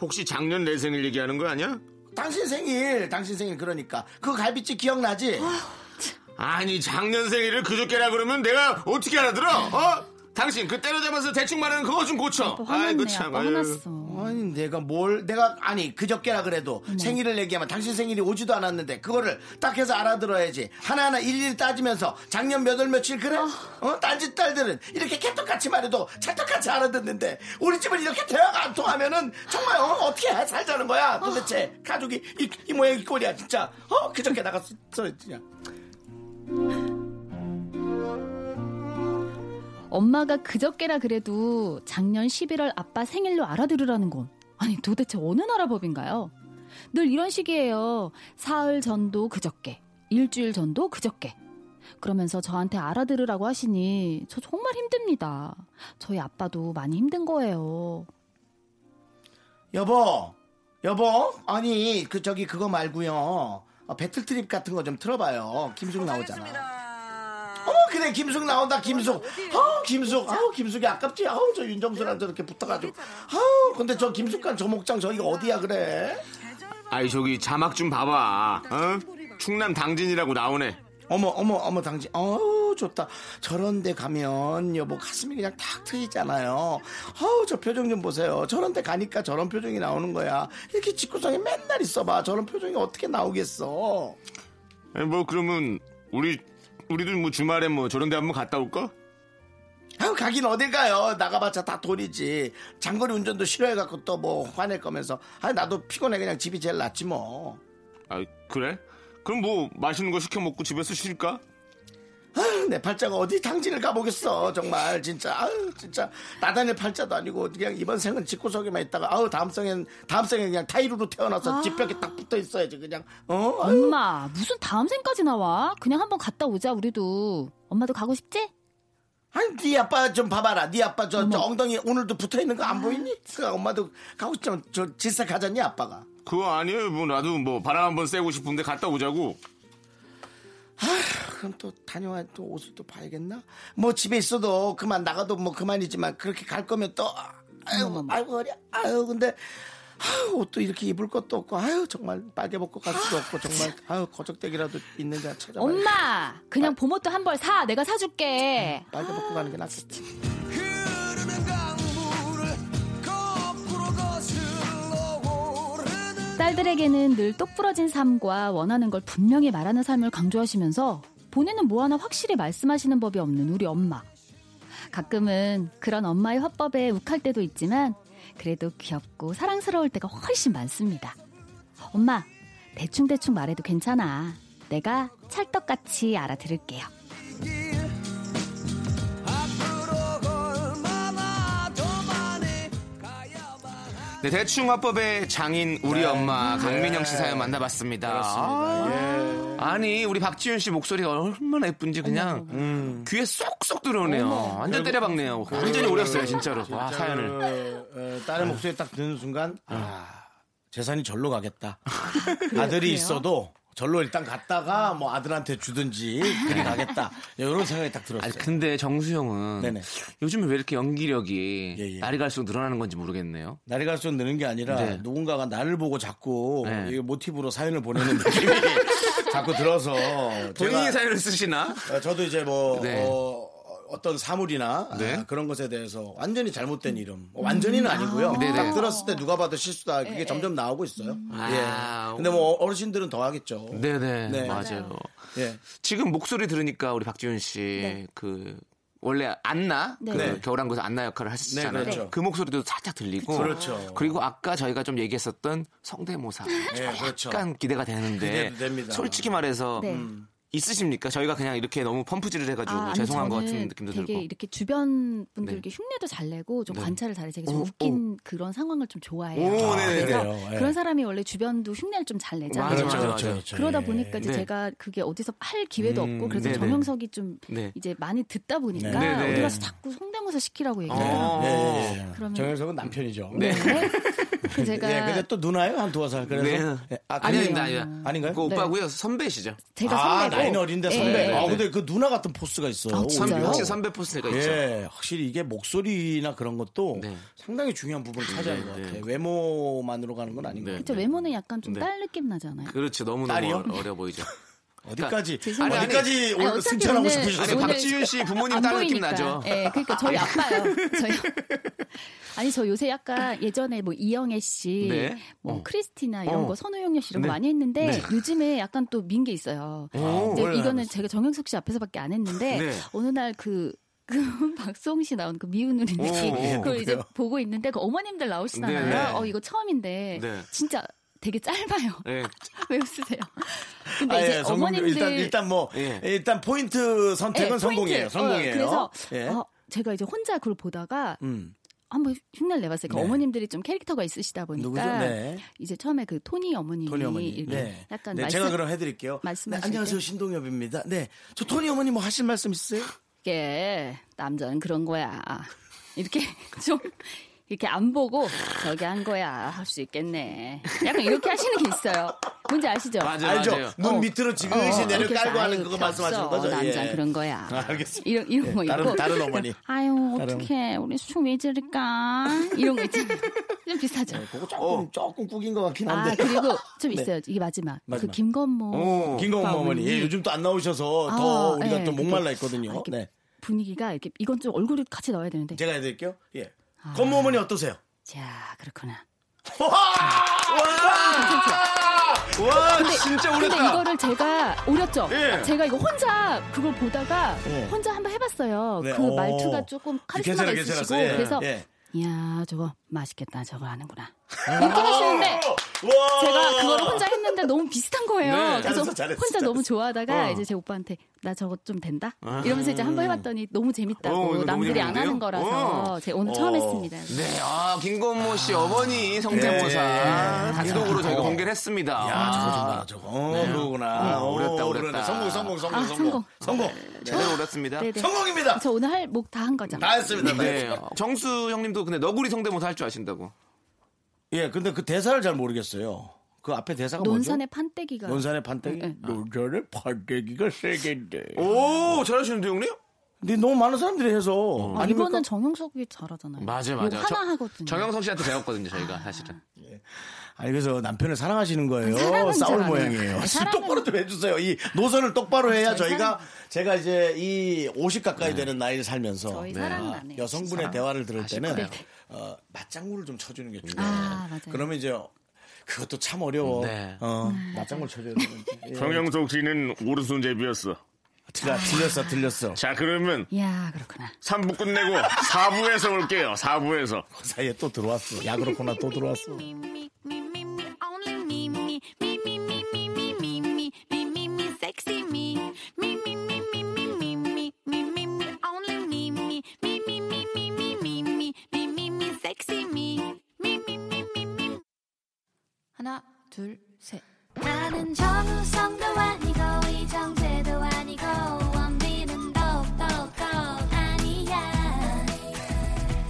S2: 혹시 작년 내 생일 얘기하는 거 아니야?
S1: 당신 생일 당신 생일 그러니까 그 갈비집 기억나지
S2: 아니 작년 생일을 그저께라 그러면 내가 어떻게 알아들어? 어? 당신 그 때려잡아서 대충 말하는 그거 좀 고쳐.
S9: 아빠 화났네.
S2: 아이고 참.
S9: 아빠
S2: 아유.
S9: 화났어.
S1: 아니 내가 뭘 내가 아니 그저께라 그래도 생일을 얘기하면 당신 생일이 오지도 않았는데 그거를 딱 해서 알아들어야지 하나하나 일일이 따지면서 작년 몇 월 며칠 그래
S9: 아.
S1: 어 딴짓 딸들은 이렇게 개떡같이 말해도 찰떡같이 알아듣는데 우리 집은 이렇게 대화가 안 통하면은 정말 어, 떻게 살자는 거야 도대체
S9: 아.
S1: 가족이 이, 이 모양 이 꼴이야 진짜 어 그저께 나갔어 진짜
S9: 엄마가 그저께라 그래도 작년 11월 아빠 생일로 알아들으라는 건 아니 도대체 어느 나라 법인가요? 늘 이런 식이에요. 사흘 전도 그저께, 일주일 전도 그저께. 그러면서 저한테 알아들으라고 하시니 저 정말 힘듭니다. 저희 아빠도 많이 힘든 거예요.
S1: 여보, 여보, 아니 그 저기 그거 말고요. 어, 배틀트립 같은 거 좀 틀어봐요. 김숙 나오잖아. 어 그래 김숙 나온다 김숙. 어 김숙. 어 김숙이 아깝지. 어 저 윤정수랑 저렇게 붙어가지고. 어 근데 저 김숙관 저 목장 저기가 어디야 그래?
S2: 아이 저기 자막 좀 봐봐. 어? 충남 당진이라고 나오네.
S1: 어머 어머 어머 당신. 어 좋다. 저런데 가면 여보 가슴이 그냥 탁 트이잖아요. 어우 저 표정 좀 보세요. 저런데 가니까 저런 표정이 나오는 거야. 이렇게 직구성에 맨날 있어봐. 저런 표정이 어떻게 나오겠어?
S2: 아니, 뭐 그러면 우리 우리도 뭐 주말에 뭐 저런데 한번 갔다 올까?
S1: 아유 가긴 어딜 가요 나가봤자 다 돈이지 장거리 운전도 싫어해갖고 또 뭐 화낼 거면서 아 나도 피곤해 그냥 집이 제일 낫지 뭐
S2: 아 그래? 그럼 뭐 맛있는 거 시켜 먹고 집에서 쉴까?
S1: 아유, 내 팔자가 어디 당진을 가보겠어 정말 진짜 아유 진짜 나다닐 팔자도 아니고 그냥 이번 생은 집구석에만 있다가 아우 다음 생엔 다음 생엔 그냥 타이루로 태어나서 집 벽에 딱 붙어 있어야지 그냥 어 아유.
S9: 엄마, 무슨 다음 생까지 나와? 그냥 한번 갔다 오자 우리도. 엄마도 가고
S2: 아,
S9: 싶지?
S2: 네.
S1: 아니 네 아빠 좀 봐봐라 네 아빠 저, 저 엉덩이 오늘도 붙어있는 거 안 보이니? 그 엄마도 가고 싶지만 저 질색하잖니 아빠가
S2: 그거 아니에요. 뭐 나도 뭐 바람 한번 쐬고 싶은데 갔다 오자고.
S1: 그럼 또 다녀와 또 옷을 또 봐야겠나? 뭐 집에 있어도 그만 나가도 뭐 그만이지만 그렇게 갈 거면 또 아, 아유 아이고 어려 아유 근데 아유 옷도 이렇게 입을 것도 없고 아유 정말 빨개 벗고 갈 수도 없고 정말 아유 거적대기라도 있는지 찾아봐
S9: 엄마,
S2: 아.
S9: 그냥 봄옷도 한 벌 사. 내가 사줄게.
S1: 빨개 벗고 가는 게 낫겠지
S5: 흐르는 강물을 거꾸로 거슬러 오르는
S9: 딸들에게는 늘 똑부러진 삶과 원하는 걸 분명히 말하는 삶을 강조하시면서 본인은 뭐 하나 확실히 말씀하시는 법이 없는 우리 엄마. 가끔은 그런 엄마의 화법에 욱할 때도 있지만 그래도 귀엽고 사랑스러울 때가 훨씬 많습니다. 엄마, 대충대충 말해도 괜찮아. 내가 찰떡같이 알아들을게요.
S5: 길 앞으로 얼마나 더 많이 가야만
S2: 네, 대충 화법의 장인 우리 엄마 강민영 씨 사연 만나봤습니다. 아, 니 우리 박지윤 씨 목소리가 얼마나 예쁜지 그냥 음, 귀에 쏙쏙 들어오네요. 완전 때려박네요. 완전히 오렸어요 진짜로. 와 사연을.
S1: 아,
S2: 네.
S1: 어, 딸의
S2: 아,
S1: 목소리 딱 듣는 순간 아 재산이 절로 가겠다 아들이 있어도 절로 일단 갔다가 뭐 아들한테 주든지 그리 가겠다 이런 생각이 딱 들었어요.
S2: 아니 그 근데 정수형은
S1: 네네.
S2: 요즘에 왜 이렇게 연기력이
S1: 예, 예.
S2: 날이 갈수록 늘어나는 건지 모르겠네요.
S1: 날이 갈수록 느는 게 아니라
S2: 네.
S1: 누군가가 나를 보고 자꾸
S2: 네.
S1: 이게 모티브로 사연을 보내는 느낌이 자꾸 들어서
S2: 본인이
S1: 제가-
S2: 사연을 쓰시나?
S1: 어, 저도 이제 뭐
S2: 네.
S1: 어, 떤 사물이나 아,
S2: 네.
S1: 그런 것에 대해서 완전히 잘못된 이름 어,
S9: 음.
S1: 완전히는 아니고요.
S2: 네네.
S1: 딱 들었을 때 누가 봐도 실수다
S9: 예,
S1: 그게 점점 나오고 있어요.
S9: 음.
S2: 아,
S1: 예. 근데 뭐 어르신들은 더 하겠죠.
S2: 네네
S1: 네.
S2: 맞아요.
S1: 예.
S2: 지금 목소리 들으니까 우리 박지윤 씨 그 원래 안나
S9: 네.
S2: 그
S1: 네.
S2: 겨울왕국에서 안나 역할을 하셨잖아요.
S1: 네, 그렇죠.
S2: 그 목소리도 살짝 들리고
S1: 그렇죠.
S2: 리고 아까 저희가 좀 얘기했었던
S9: 아,
S2: 성대모사
S1: 예, 그렇죠.
S2: 약간 기대가 되는데
S1: 기대도 됩니다.
S2: 솔직히 말해서 음,
S9: 네.
S2: 있으십니까? 저희가 그냥 이렇게 너무 펌프질을 해가지고
S9: 아니,
S2: 죄송한 것
S9: 저는
S2: 같은 느낌도
S9: 되게
S2: 들고
S9: 이렇게 주변
S2: 네.
S9: 분들께 흉내도 잘 내고 좀
S2: 네.
S9: 관찰을 잘해
S2: 오,
S9: 제가 좀 웃긴 그런 상황을 좀 좋아해요.
S2: 오, 아, 네네네.
S9: 그래서
S1: 그래요. 예. 그렇죠,
S9: 그런 사람이 원래 주변도 흉내를 좀 잘 내잖아요.
S2: 맞아, 맞아, 맞아.
S9: 그러다
S1: 예.
S9: 보니까 이제
S2: 네.
S9: 제가 그게 어디서 할 기회도
S1: 음,
S9: 없고 그래서
S2: 네네.
S9: 정형석이 좀
S2: 네.
S9: 이제 많이 듣다 보니까
S2: 네. 네네.
S9: 어디 가서 자꾸 성대모사 시키라고 얘기해요.
S2: 어.
S1: 예, 예, 예.
S9: 그러면-
S1: 정현석은 남편이죠.
S9: 네. 그 제가
S1: 예, 근데 또 누나요? 한 두어 살. 그래서.
S2: 네.
S1: 예, 아,
S2: 아니,
S1: 그냥-
S2: 아니, 아니.
S1: 아닌가요?
S2: 그
S9: 네.
S2: 오빠고요 선배시죠.
S9: 제가
S1: 아,
S9: 선배고
S1: 나이는 어린데 선배.
S9: 예, 예.
S1: 아, 근데 그 누나 같은 포스가 있어요.
S9: 아,
S2: 선배,
S9: 진짜요?
S2: 확실히 선배 포스가 있죠.
S1: 예, 확실히 이게 목소리나 그런 것도
S2: 네.
S1: 상당히 중요한 부분을 차지하는
S2: 네,
S1: 것
S2: 네.
S1: 같아요. 외모만으로 가는 건 아닌 것
S2: 네.
S9: 그쵸 외모는 약간 좀
S2: 네.
S9: 딸 느낌 나잖아요.
S2: 그렇죠. 너무 너무
S1: 딸이요?
S2: 어려 보이죠. 그러니까
S1: 같아요. 어디까지,
S9: 죄송해요.
S1: 어디까지
S9: 그 아니,
S1: 올-
S9: 어차피
S1: 승천하고
S9: 오늘-
S1: 싶으셨어요?
S2: 아니,
S9: 오늘
S2: 박지윤 씨 부모님
S9: 안
S2: 딸 느낌
S9: 보이니까.
S2: 나죠?
S9: 예, 그러니까 저희 아빠요. 저희 아니 저 요새 약간 예전에 뭐 이영애 씨,
S2: 네.
S9: 뭐
S2: 어.
S9: 크리스티나 이런
S2: 어.
S9: 거 선우용녀 씨 이런
S2: 네.
S9: 거 많이 했는데
S2: 네.
S9: 요즘에 약간 또 민 게 있어요.
S2: 오,
S9: 이제
S1: 원래 안
S9: 이거는
S1: 했어요.
S9: 제가 정영석 씨 앞에서밖에 안 했는데
S2: 네.
S9: 어느 날그 그 박수홍 씨 나온 그 미운 우리
S2: 오,
S9: 느낌
S2: 오,
S9: 그걸 이제
S1: 그래요?
S9: 보고 있는데 그 어머님들 나오시잖아요.
S2: 어, 네, 네.
S9: 어 이거 처음인데
S2: 네.
S9: 진짜 되게 짧아요.
S2: 네.
S9: 왜 웃으세요? 근데
S1: 아,
S9: 이제
S1: 예, 성공,
S9: 어머님들
S1: 일단, 일단 뭐,
S2: 예.
S1: 일단 포인트
S9: 예,
S1: 선택은
S9: 포인트.
S1: 성공이에요.
S9: 어,
S1: 성공이에요.
S9: 그래서
S1: 예.
S9: 어, 제가 이제 혼자 그걸 보다가
S1: 음,
S9: 한번 흉내를 내봤어요. 그
S1: 네.
S9: 어머님들이 좀 캐릭터가 있으시다
S1: 누구죠?
S9: 보니까
S1: 네.
S9: 이제 처음에 그 토니 어머님이
S1: 토니 어머니.
S9: 이렇게
S1: 네.
S9: 약간
S1: 네,
S9: 말씀
S1: 제가 그럼 해드릴게요. 네,
S9: 말씀하실
S1: 안녕하세요.
S9: 때?
S1: 신동엽입니다. 네. 저 토니 어머니 뭐 하실 말씀 있으세요?
S9: 이게 남자는 그런 거야. 이렇게 좀 이렇게 안 보고 저기 한 거야 할 수 있겠네. 약간 이렇게 하시는 게 있어요. 뭔지 아시죠?
S2: 맞아요,
S1: 알죠?
S2: 네, 맞아요.
S1: 눈
S9: 어.
S1: 밑으로 지그시 내려
S9: 이렇게 해서
S1: 깔고 하는
S9: 아유,
S1: 그거
S9: 필요
S1: 말씀하시는
S9: 없어.
S1: 거죠?
S9: 남자
S1: 예.
S9: 그런 거야.
S1: 아, 알겠습니다.
S9: 이런 이런 거
S1: 다른-
S9: 있고
S1: 다른 어머니.
S9: 아유
S1: 다른-
S9: 어떡해 우리 수왜 저럴까 이런 거 있잖아요. 좀 비슷하죠.
S1: 그거 조금, 조금 꾸긴 것 같긴 한데.
S9: 아 그리고 좀
S1: 네.
S9: 있어요. 이게 마지막.
S1: 마지막.
S9: 그 김건모
S1: 김건모
S9: 오빠
S1: 어머니 예, 요즘 또 안 나오셔서 더
S9: 아,
S1: 우리가
S9: 예,
S1: 또 목말라
S9: 그게-
S1: 있거든요.
S9: 아, 이렇게
S1: 네,
S9: 분위기가 이렇게 이건 좀 얼굴을 같이 넣어야 되는데.
S1: 제가 해드릴게요. 예,
S9: 아.
S1: 건모 어머니 어떠세요?
S9: 자 그렇구나. 아,
S2: 와 진짜
S9: 근데
S2: 오렸다.
S9: 이거를 제가 오렸죠.
S2: 예.
S9: 제가 이거 혼자 그걸 보다가
S1: 예.
S9: 혼자 한번 해봤어요.
S1: 네,
S9: 그
S1: 어.
S9: 말투가 조금 카리스마가
S1: 괜찮아요, 괜찮았어요.
S9: 있으시고
S1: 예,
S9: 그래서
S1: 예.
S9: 이야 저거 맛있겠다 저거 하는구나 이렇게 하시는데
S1: 와!
S9: 제가 그걸 혼자 했는데 너무 비슷한 거예요.
S2: 네.
S9: 그래서
S1: 잘했어, 잘했어,
S9: 혼자
S1: 잘했어.
S9: 너무 좋아하다가
S2: 어.
S9: 이제 제 오빠한테 나 저거 좀 된다 이러면서 이제 한번 해봤더니 너무 재밌다고
S2: 어, 이거 너무
S9: 남들이 안
S2: 재밌는데요?
S9: 하는 거라서
S2: 어.
S9: 제가 오늘 처음 했습니다.
S2: 네, 아, 네. 아. 김건모 씨 어머니
S1: 예,
S2: 성대모사
S1: 예.
S2: 단독으로 저희가
S1: 어.
S2: 공개를 했습니다.
S9: 아,
S2: 아.
S1: 야, 저거 좋다, 저거. 어,
S9: 네.
S1: 그러구나.
S2: 어, 오렸다,
S1: 오,
S2: 오렸다.
S1: 그러네. 성공, 성공, 성공,
S9: 아,
S1: 성공. 성공.
S2: 제대로 오렸습니다.
S9: 네네.
S1: 성공입니다.
S9: 저 오늘 할 목 다 한 거죠.
S1: 다 했습니다. 다
S2: 네,
S1: 했습니다.
S2: 어, 정수 형님도 근데 너구리 성대모사 할 줄 아신다고.
S1: 예, 근데 그 대사를 잘 모르겠어요. 그 앞에 대사가
S9: 논산의 판때기가
S1: 뭐죠? 논산의 판때기?
S9: 네, 어? 네.
S1: 논산의 판때기가 세겠네.
S2: 오, 잘하시는데 형님?
S1: 근데 너무 많은 사람들이 해서.
S9: 아,
S1: 아닙니까?
S9: 이거는 정영석이 잘하잖아요.
S2: 맞아요,
S9: 이거
S2: 맞아요.
S9: 하나
S2: 저-
S9: 하거든요.
S2: 정영석 씨한테 배웠거든요, 저희가 사실은.
S1: 아니 그래서 남편을 사랑하시는 거예요.
S9: 아, 사랑은
S1: 싸울
S9: 잘하네요.
S1: 모양이에요.
S9: 네,
S1: 씨,
S9: 사랑은- 아,
S1: 똑바로 좀 해주세요. 이 노선을 똑바로 해야
S9: 저희
S1: 저희가 제가 이제 이 50 가까이 되는 나이를 살면서
S9: 저희
S1: 네.
S9: 사랑은
S1: 아,
S9: 안 해요. 네.
S1: 여성분의
S2: 사랑
S1: 대화를 들을
S2: 아실
S1: 때는
S2: 거예요.
S1: 어, 맞장구를 좀 쳐주는 게 중요해요. 네.
S9: 아, 맞아요.
S1: 그러면 이제 그것도 참 어려워.
S2: 네.
S1: 어,
S9: 음.
S1: 맞장구 쳐줘야 되는데. 예.
S10: 네. 정영석 씨는 오른손잡이였어.
S1: 들려- 들렸어, 들렸어.
S10: 자, 그러면
S9: 이야 그렇구나.
S10: 3부 끝내고 4부에서 올게요. 4부에서.
S1: 그 사이에 또 들어왔어. 야 그렇구나 또 들어왔어.
S9: 아.
S11: 하나, 둘, 셋.
S5: 나는 정우성도 아니고 이정재도 아니고 원빈은 더욱더 아니야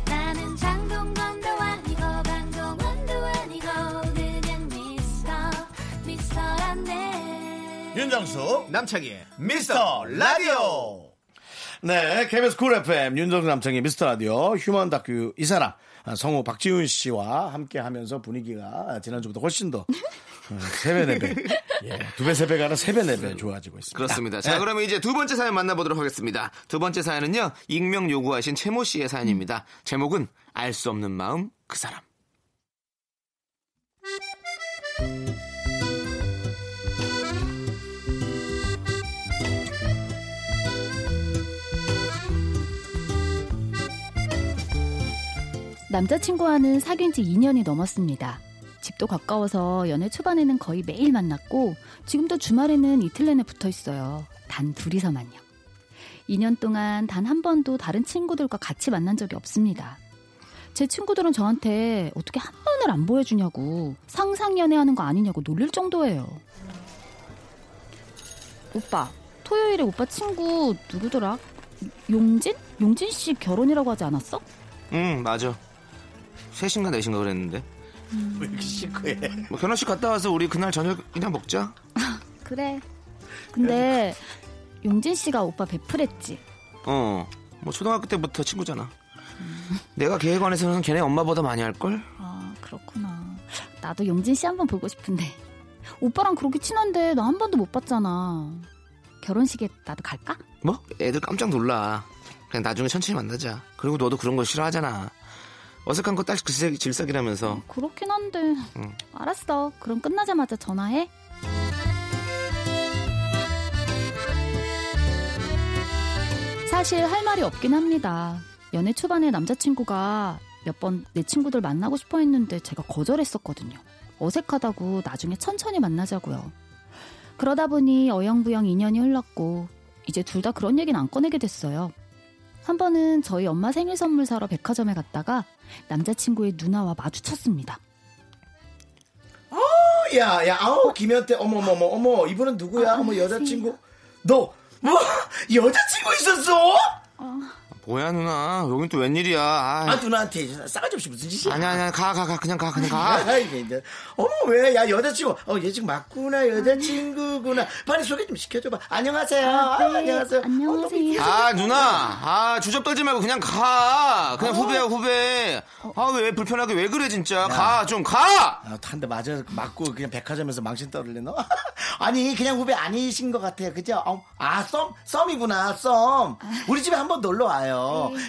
S5: 나는 장동건도 아니고 방종원도 아니고 그냥 미스터 미스터란데
S12: 윤정수
S2: 남창희의
S12: 미스터 라디오
S1: 네, KBS 쿨 FM 윤정수 남창의 미스터 라디오 휴먼 다큐 이 사람 아, 성우 박지훈 씨와 함께 하면서 분위기가 지난주보다 훨씬 더 어, 세배 네배 예, 두배 세배가 아니라 세배 네배 좋아지고 있습니다.
S2: 그렇습니다. 자, 네. 그러면 이제 두 번째 사연 만나보도록 하겠습니다. 두 번째 사연은요, 익명 요구하신 채모 씨의 사연입니다. 제목은 알 수 없는 마음 그 사람.
S9: 남자친구와는 사귄 지 2년이 넘었습니다. 집도 가까워서 연애 초반에는 거의 매일 만났고 지금도 주말에는 이틀 내내 붙어 있어요. 단 둘이서만요. 2년 동안 단 한 번도 다른 친구들과 같이 만난 적이 없습니다. 제 친구들은 저한테 어떻게 한 번을 안 보여주냐고 상상 연애하는 거 아니냐고 놀릴 정도예요. 오빠, 토요일에 오빠 친구 누구더라? 용진? 용진 씨 결혼이라고 하지 않았어?
S2: 응, 음, 맞아. 셋인가 넷인가 그랬는데.
S1: 왜 이렇게 시크해?
S2: 뭐, 견아 씨 갔다 와서 우리 그날 저녁이나 먹자.
S9: 그래. 근데 용진 씨가 오빠 베풀했지.
S2: 어, 뭐, 초등학교 때부터 친구잖아. 내가 계획원에서는 걔네 엄마보다 많이 할걸?
S9: 아 그렇구나. 나도 용진 씨 한 번 보고 싶은데 오빠랑 그렇게 친한데 나 한 번도 못 봤잖아. 결혼식에 나도 갈까?
S2: 뭐? 애들 깜짝 놀라. 그냥 나중에 천천히 만나자. 그리고 너도 그런 거 싫어하잖아. 어색한 거 딱 질색이라면서.
S9: 그렇긴 한데
S2: 응.
S9: 알았어. 그럼 끝나자마자 전화해. 사실 할 말이 없긴 합니다. 연애 초반에 남자친구가 몇 번 내 친구들 만나고 싶어 했는데 제가 거절했었거든요. 어색하다고 나중에 천천히 만나자고요. 그러다 보니 어영부영 2년이 흘렀고 이제 둘 다 그런 얘기는 안 꺼내게 됐어요. 한 번은 저희 엄마 생일 선물 사러 백화점에 갔다가 남자친구의 누나와 마주쳤습니다.
S1: 아우, 야, 야, 아우, 김현태, 어머, 어머, 어머, 어머, 이분은 누구야? 어머, 여자친구. 너, 뭐, 여자친구 있었어?
S2: 뭐야, 누나. 여긴 또 웬일이야. 아,
S1: 아, 누나한테 이제 싸가지 없이 무슨 짓이야?
S2: 아니, 아니, 아니, 가, 가, 가. 그냥 가, 그냥 가.
S1: 아, 이게 이제, 어머, 왜, 야, 여자친구. 어, 얘 지금 맞구나, 여자친구구나. 빨리 소개 좀 시켜줘봐. 안녕하세요.
S9: 아, 네.
S1: 아, 안녕하세요.
S9: 안녕하세요.
S2: 아, 누나. 아, 주접 떨지 말고 그냥 가. 그냥 후배야,
S1: 어?
S2: 후배. 아, 왜 불편하게 왜 그래, 진짜. 가, 좀 가!
S1: 아, 한대 맞아, 맞고 그냥 백화점에서 망신 떠올래, 너? 아니, 그냥 후배 아니신 것 같아요. 그죠? 어, 아, 썸? 썸이구나, 썸. 우리 집에 한번 놀러 와요.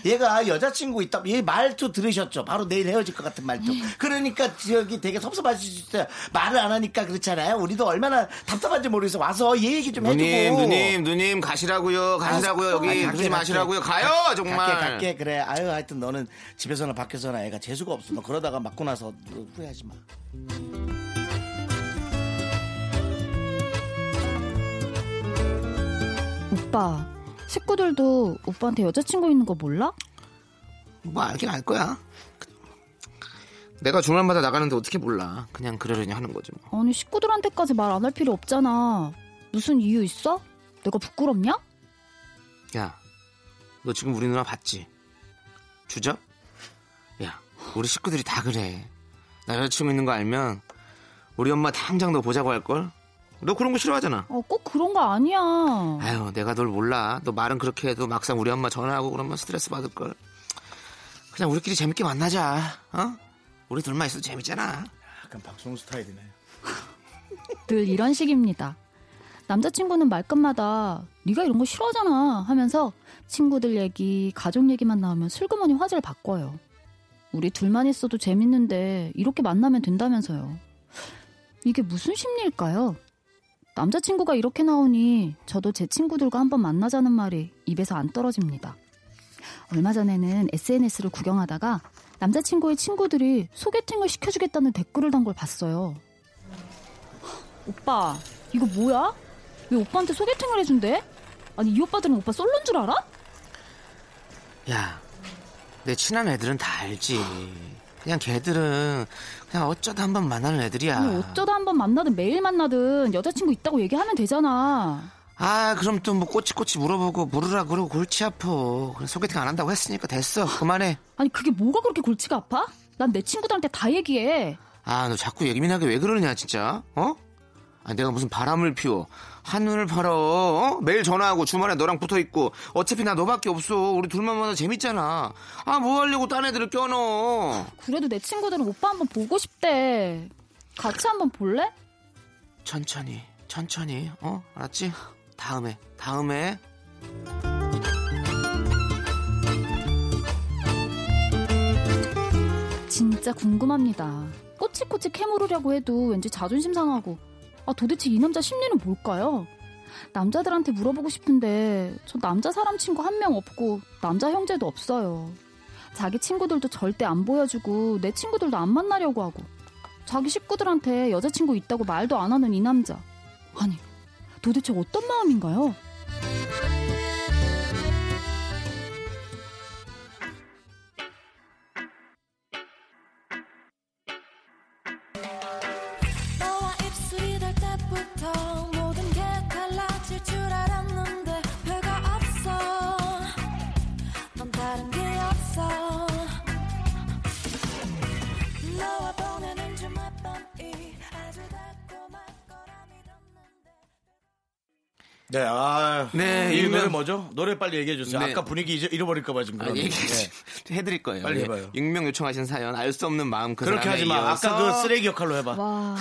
S1: 얘가 여자친구 있다, 얘 말투 들으셨죠? 바로 내일 헤어질 것 같은 말투. 그러니까 저기 되게 섭섭하실 수 있어요. 말을 안 하니까 그렇잖아요. 우리도 얼마나 답답한지 모르겠어. 와서 얘 얘기 좀
S2: 누님,
S1: 해주고.
S2: 누님, 누님, 가시라고요, 가시라고요.
S1: 아니,
S2: 여기
S1: 갈게,
S2: 그러지
S1: 갈게.
S2: 마시라고요.
S1: 가-
S2: 가요, 정말.
S1: 갈게, 갈게. 그래. 아유, 하여튼 너는 집에서나 밖에서나 애가 재수가 없어. 너 그러다가 맞고 나서 너 후회하지 마.
S9: 오빠, 식구들도 오빠한테 여자친구 있는 거 몰라?
S2: 뭐 알긴 알 거야. 내가 주말마다 나가는데 어떻게 몰라. 그냥 그러려니 하는 거지 뭐.
S9: 아니 식구들한테까지 말 안 할 필요 없잖아. 무슨 이유 있어? 내가 부끄럽냐?
S2: 야, 너 지금 우리 누나 봤지? 주접? 야, 우리 식구들이 다 그래. 나 여자친구 있는 거 알면 우리 엄마 당장 너 보자고 할걸? 너 그런 거 싫어하잖아.
S9: 어, 꼭 그런 거 아니야.
S2: 아유, 내가 널 몰라. 너 말은 그렇게 해도 막상 우리 엄마 전화하고 그러면 스트레스 받을걸. 그냥 우리끼리 재밌게 만나자. 어? 우리 둘만 있어도 재밌잖아.
S1: 약간 박성우 스타일이네.
S9: 늘 이런 식입니다. 남자친구는 말끝마다 네가 이런 거 싫어하잖아 하면서 친구들 얘기, 가족 얘기만 나오면 슬그머니 화제를 바꿔요. 우리 둘만 있어도 재밌는데 이렇게 만나면 된다면서요. 이게 무슨 심리일까요? 남자친구가 이렇게 나오니 저도 제 친구들과 한번 만나자는 말이 입에서 안 떨어집니다. 얼마 전에는 SNS를 구경하다가 남자친구의 친구들이 소개팅을 시켜주겠다는 댓글을 단 걸 봤어요. 오빠 이거 뭐야? 왜 오빠한테 소개팅을 해준대? 아니 이 오빠들은 오빠 솔로인 줄 알아?
S2: 야, 내 친한 애들은 다 알지. 그냥 걔들은 그냥 어쩌다 한 번 만나는 애들이야.
S9: 아니 어쩌다 한 번 만나든 매일 만나든 여자친구 있다고 얘기하면 되잖아.
S2: 아, 그럼 또 뭐 꼬치꼬치 물어보고 물으라 그러고 골치 아파. 그냥 소개팅 안 한다고 했으니까 됐어. 그만해.
S9: 아니 그게 뭐가 그렇게 골치가 아파? 난 내 친구들한테 다 얘기해.
S2: 아, 너 자꾸 예민하게 왜 그러냐, 진짜? 어? 아, 내가 무슨 바람을 피워. 한눈을 팔아. 어? 매일 전화하고 주말에 너랑 붙어 있고. 어차피 나 너밖에 없어. 우리 둘만 만나 재밌잖아. 아, 뭐 하려고 딴 애들을 껴넣어.
S9: 그래도 내 친구들은 오빠 한번 보고 싶대. 같이 한번 볼래?
S2: 천천히, 천천히. 어? 알았지? 다음에, 다음에.
S9: 진짜 궁금합니다. 꼬치꼬치 캐물으려고 해도 왠지 자존심 상하고. 아, 도대체 이 남자 심리는 뭘까요? 남자들한테 물어보고 싶은데 저 남자 사람 친구 한 명 없고 남자 형제도 없어요. 자기 친구들도 절대 안 보여주고 내 친구들도 안 만나려고 하고 자기 식구들한테 여자친구 있다고 말도 안 하는 이 남자. 아니, 도대체 어떤 마음인가요?
S5: 너와 입술이 될 때부터 모든 게 달라질 줄 알았는데 별거 없어 넌 다른 게 없어 너와 보내는 주말 밤이 아주 달콤한
S1: 네, 아.
S2: 네,
S1: 이
S2: 익명-
S1: 노래 뭐죠? 노래 빨리 얘기해 주세요.
S2: 네.
S1: 아까 분위기 잊어, 잃어버릴까봐 지금.
S2: 아,
S1: 그러는데.
S2: 얘기
S1: 네.
S2: 해드릴 거예요.
S1: 빨리
S2: 예.
S1: 해봐요.
S2: 익명 요청하신 사연, 알 수 없는 마음 그
S1: 그렇게
S2: 사람에
S1: 하지 마.
S2: 이어서
S1: 아까 그 쓰레기 역할로 해봐.
S9: 와.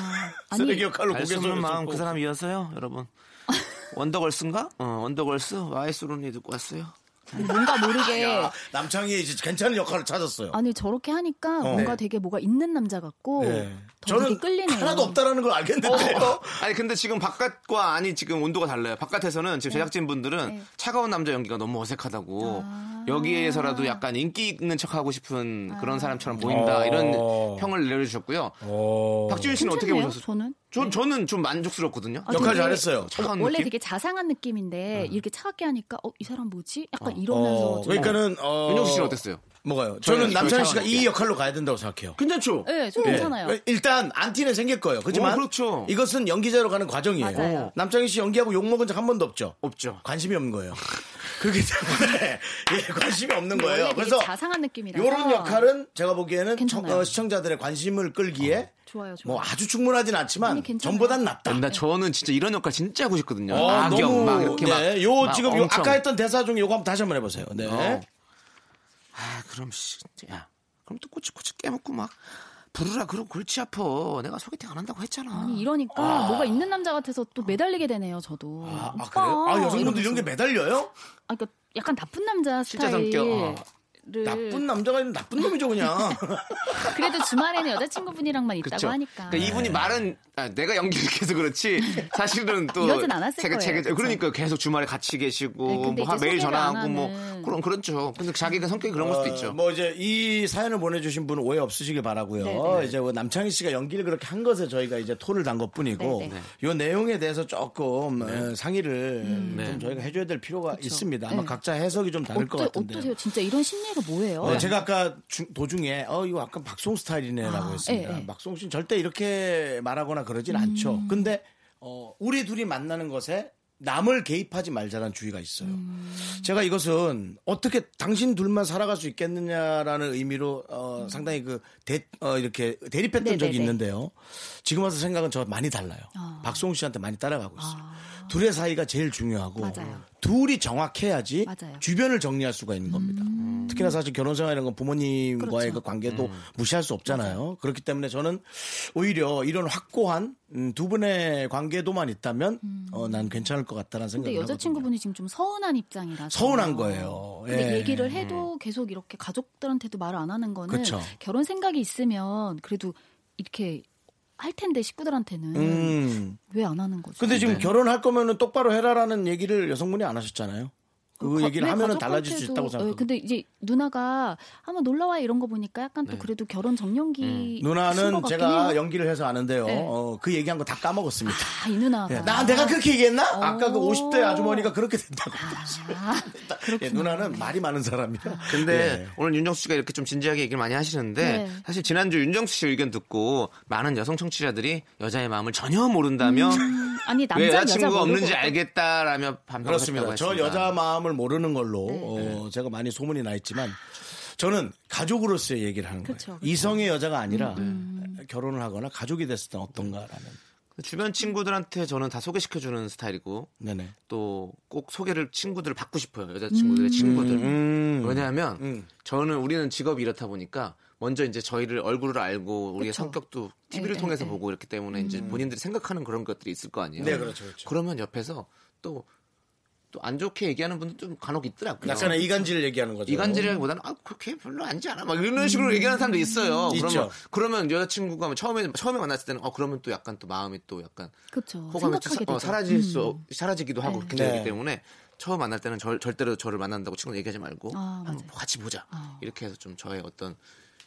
S1: 쓰레기 역할로
S2: 알
S1: 고개
S2: 수 없는
S1: 숙여서
S2: 마음
S1: 꼭.
S2: 그 사람 이어서요, 여러분. 언더걸스인가? 어, 언더걸스 와이스론이 듣고 왔어요.
S9: 뭔가 모르게
S1: 야, 남창희 이제 괜찮은 역할을 찾았어요.
S9: 예. 아니 저렇게 하니까
S1: 어.
S9: 뭔가
S1: 네.
S9: 되게 뭐가 있는 남자 같고
S1: 네.
S9: 더 되게
S1: 저는
S9: 끌리네요.
S1: 하나도 없다라는 걸 알겠는데요.
S2: 아니 근데 지금 바깥과 안이 지금 온도가 달라요. 바깥에서는 지금 제작진 분들은 차가운 남자 연기가 너무 어색하다고 여기에서라도 약간 인기 있는 척하고 싶은 그런 사람처럼 보인다
S1: 어.
S2: 이런 평을 내려주셨고요. 박지윤 씨는 어떻게
S9: 괜찮네요,
S2: 보셨어요?
S9: 저는.
S2: 저, 저는 좀 만족스럽거든요.
S9: 아, 역할 되게- 잘했어요.
S2: 차가운
S9: 원래
S2: 느낌?
S9: 되게 자상한 느낌인데 이렇게 차갑게 하니까 어 이 사람 뭐지? 약간 이러면서
S1: 네. 어,
S9: 좀-
S1: 그러니까는 어,
S2: 윤정수 씨는 어땠어요?
S1: 뭐가요?
S2: 저는
S1: 저는 남창희
S2: 저희
S1: 씨가 이
S2: 상황이요.
S1: 역할로 가야 된다고 생각해요.
S2: 괜찮죠?
S9: 네, 저
S1: 예.
S9: 괜찮아요.
S1: 일단 안티는 생길 거예요. 그렇지만
S2: 어, 그렇죠. 어.
S1: 이것은 연기자로 가는 과정이에요.
S9: 맞아요.
S1: 남창희 씨 연기하고 욕 먹은 적 한 번도 없죠.
S2: 없죠.
S1: 관심이 없는 거예요. 그렇기 때문에 예, 관심이 없는
S9: 원래
S1: 거예요.
S9: 되게
S1: 그래서
S9: 자상한 느낌이라.
S1: 요런 역할은 제가 보기에는 청-
S9: 괜찮아요. 어.
S1: 어, 시청자들의 관심을 끌기에
S9: 좋아요, 좋아요.
S1: 뭐 아주 충분하진 않지만 전보단 낫다.
S2: 어, 나 저는 진짜 이런 역할 진짜 하고 싶거든요.
S1: 어,
S2: 악역
S1: 너무
S2: 막 이렇게
S1: 네,
S2: 막.
S1: 요
S2: 막
S1: 지금 요
S2: 엄청.
S1: 아까 했던 대사 중에 요거 한번 다시 한번 해보세요. 네.
S2: 어. 아 그럼 씨, 야 그럼 또 꼬치꼬치 깨먹고 막 부르라 그러고 골치 아파. 내가 소개팅 안 한다고 했잖아.
S9: 아니 이러니까 뭐가 있는 남자 같아서 또 매달리게 되네요, 저도. 아,
S1: 그래요? 아, 여성분들 이런 게
S9: 네.
S1: 매달려요?
S9: 아, 그러니까 약간 나쁜 남자
S1: 진짜
S9: 스타일.
S1: 성격, 어.
S9: 를
S1: 나쁜 남자가 아니면 나쁜 놈이죠 그냥.
S9: 그래도 주말에는 여자친구분이랑만 있다고
S2: 그렇죠.
S9: 하니까.
S2: 그러니까
S1: 네.
S2: 이분이 말은 아, 내가 연기를 해서 그렇지 사실은 또
S9: 이러진 않았을
S2: 제가-
S9: 거예요.
S2: 제가- 그러니까 계속 주말에 같이
S9: 네,
S2: 계시고
S9: 근데
S2: 뭐 하-
S9: 이제
S2: 매일
S9: 소개를 안
S2: 전화하고 뭐
S9: 하는.
S2: 그런 그렇죠. 근데 자기가 성격이 그런 걸 수도
S1: 어,
S2: 있죠.
S1: 뭐 이제 이 사연을 보내주신 분은 오해 없으시길 바라고요.
S2: 네, 네.
S1: 이제 뭐 남창희 씨가 연기를 그렇게 한 것에 저희가 이제 토를 단 것뿐이고
S2: 네, 네.
S1: 요 내용에 대해서 조금 어, 상의를 좀
S2: 네.
S1: 저희가 해줘야 될 필요가 있습니다. 아마
S9: 음. 네.
S1: 각자 해석이 좀 다를 것
S9: 어떠-
S1: 같은데.
S9: 어떠세요? 진짜 이런 심리가 뭐예요?
S1: 어, 제가 아까 중- 도중에 어 이거 약간 박송 스타일이네라고
S9: 아,
S1: 했습니다.
S9: 예, 음. 예.
S1: 박송 씨는 절대 이렇게 말하거나 그러진 않죠. 근데 어, 우리 둘이 만나는 것에 남을 개입하지 말자라는 주의가 있어요.
S9: 음.
S1: 제가 이것은 어떻게 당신 둘만 살아갈 수 있겠느냐라는 의미로 어, 상당히 그 대, 어, 이렇게 대립했던
S9: 네네네. 아.
S1: 적이 있는데요. 지금 와서 생각은 저 많이 달라요. 박송 씨한테 많이 따라가고 있어요. 둘의 사이가 제일 중요하고
S9: 맞아요.
S1: 둘이 정확해야지
S9: 맞아요.
S1: 주변을 정리할 수가 있는 겁니다.
S9: 음.
S1: 음. 특히나 사실 결혼 생활이라는 건
S9: 그렇죠.
S1: 부모님과의 그 관계도
S2: 음.
S1: 무시할 수 없잖아요. 그렇기 때문에 저는 오히려 이런 확고한 음, 두 분의 관계도만 있다면 어, 난 괜찮을 것 같다는
S9: 음. 근데
S1: 생각이
S9: 여자친구분이 지금 좀 서운한 입장이라서
S1: 서운한 거예요.
S9: 근데
S1: 예.
S9: 얘기를 해도 계속 이렇게 가족들한테도 말을 안 하는 거는
S1: 그쵸.
S9: 결혼 생각이 있으면 그래도 이렇게 할 텐데 식구들한테는
S1: 음.
S9: 왜 안 하는 네. 거죠?
S1: 근데
S2: 네.
S1: 지금 결혼할 거면은 똑바로 해라라는 얘기를 여성분이 안 하셨잖아요. 그
S9: 어, 가-
S1: 얘기를
S9: 왜
S1: 하면은
S9: 가족한테도-
S1: 달라질 수 있다고
S9: 예,
S1: 생각해요.
S9: 근데 이제 누나가 한번 놀러 와 이런 거 보니까 약간 또 그래도 결혼 정년기 신
S1: 네. 음. 누나는
S9: 것 같긴
S1: 제가
S9: 해요.
S1: 연기를 해서 아는데요.
S9: 네.
S1: 어, 그 얘기한 거 다 까먹었습니다.
S9: 아, 어. 이 누나가
S1: 예, 나 내가 그렇게 얘기했나? 아까 그 50대 아주머니가 그렇게 된다고.
S9: 아.
S1: 예, 누나는 말이 많은 예. 사람이야.
S2: 근데 오늘 윤정수 씨가 이렇게 좀 진지하게 얘기를 많이 하시는데
S1: 네.
S2: 사실 지난주 윤정수 씨 의견 듣고 많은 여성 청취자들이 여자의 마음을 전혀 모른다며
S9: 아니 음. 남자
S2: 왜
S9: 여자
S2: 여자친구가
S9: 모르고
S2: 없는지 알겠다라며 반박을 했다고 네.
S1: 그렇습니다.
S2: 했습니다.
S1: 저 여자 마음을 모르는 걸로 어, 제가 많이 소문이 나 있지만 저는 가족으로서의 얘기를 하는 거예요.
S9: 그쵸, 그쵸.
S1: 이성의 여자가 아니라 결혼을 하거나 가족이 됐을 때 어떤가라는.
S2: 주변 친구들한테 저는 다 소개시켜주는 스타일이고 또 꼭 소개를 친구들을 받고 싶어요 여자친구들의
S1: 음.
S2: 친구들
S1: 음.
S2: 왜냐하면 저는 우리는 직업이 이렇다 보니까 먼저 이제 저희를 얼굴을 알고 우리의
S1: 그쵸.
S2: 성격도 TV를
S1: 네,
S2: 통해서
S1: 네,
S2: 보고 이렇기 때문에 이제
S1: 음.
S2: 본인들이 생각하는 그런 것들이 있을 거 아니에요
S1: 네, 그렇죠, 그렇죠.
S2: 러면 옆에서 또 또 안 좋게 얘기하는 분도 좀 간혹 있더라고요.
S1: 약간의 이간질을 얘기하는 거죠.
S2: 이간질이라기보다는 아 그렇게 별로 아니지 않아 막 이런
S1: 음.
S2: 식으로 얘기하는 사람도 있어요.
S1: 있죠.
S2: 그러면 그러면 여자친구가 뭐 처음에 처음에 만났을 때는 어 그러면 또 약간 또 마음이 또 약간
S9: 그렇죠.
S2: 호감이 또 사-
S9: 생각하게
S2: 어,
S9: 되죠.
S2: 사라질
S9: 음.
S2: 수 사라지기도 하고 그렇게
S1: 네.
S2: 되기 때문에 처음 만날 때는 절, 절대로 저를 만난다고 친구 얘기하지 말고
S9: 아,
S2: 한번 뭐 같이 보자 이렇게 해서 좀 저의 어떤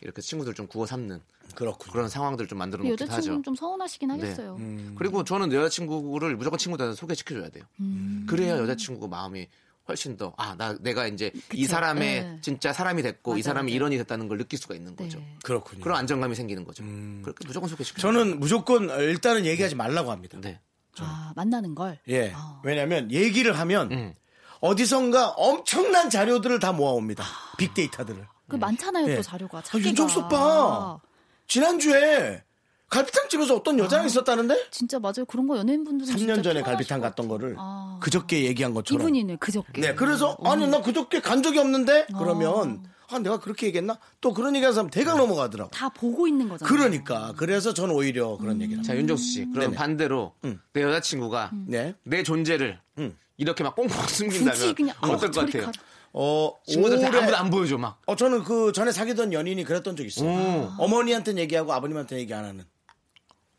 S2: 이렇게 친구들 좀 구워 삼는 그런 상황들을 좀 만들어
S9: 근데
S2: 놓기도 하죠.
S9: 여자친구는 좀 서운하시긴
S2: 네.
S9: 하겠어요.
S2: 그리고 저는 여자친구를 무조건 친구들한테 소개시켜줘야 돼요.
S9: 음.
S2: 그래야 여자친구가 마음이 훨씬 더 아 나 내가 이제 이
S1: 그쵸.
S2: 사람의
S1: 네.
S2: 진짜 사람이 됐고 이
S1: 맞아,
S2: 사람이
S1: 맞아.
S2: 이런이 됐다는 걸 느낄 수가 있는
S9: 네.
S2: 거죠.
S1: 그렇군요.
S2: 그런 안정감이 생기는 거죠. 그렇게 무조건 소개시켜.
S1: 저는 무조건 일단은 얘기하지 말라고 합니다.
S2: 네.
S1: 그렇죠.
S9: 아, 만나는 걸.
S1: 예. 왜냐하면 얘기를 하면
S2: 음.
S1: 어디선가 엄청난 자료들을 다 모아옵니다. 빅데이터들을.
S9: 그 많잖아요,
S1: 예.
S9: 또 자료가.
S1: 아,
S9: 찾기가.
S1: 윤정수 오빠 지난주에 갈비탕 집에서 어떤 여자랑 있었다는데?
S9: 진짜 맞아요. 그런 거 연예인분들은
S1: 3년
S9: 어, 진짜
S1: 전에
S9: 편하실
S1: 갈비탕 갔던 거를
S9: 아.
S1: 그저께 얘기한 것처럼.
S9: 이분이네, 그저께. 어,
S1: 네, 그래서 아니 나 그저께 간 적이 없는데 그러면 아 내가 그렇게 얘기했나? 또 그런 얘기하는 사람 대강 넘어가더라고.
S9: 네. 다 음. 보고 있는 거잖아요.
S1: 그러니까 그래서 저는 오히려 그런 얘기를.
S2: 자 윤정수 씨, 그럼 반대로 내 여자친구가
S1: 음. 네.
S2: 내 존재를
S9: 음.
S2: 이렇게 막 꽁꽁 숨긴다면
S1: 굳이 그냥, 어,
S2: 어떨 것
S1: 저리
S2: 같아요?
S1: 가라. 어,
S2: 친구들한테
S1: 올해-
S2: 아무도 안 보여줘 막.
S1: 어 저는 그 전에 사귀던 연인이 그랬던 적 있어요.
S9: 음.
S1: 아. 어머니한테 얘기하고 아버님한테 얘기 안 하는.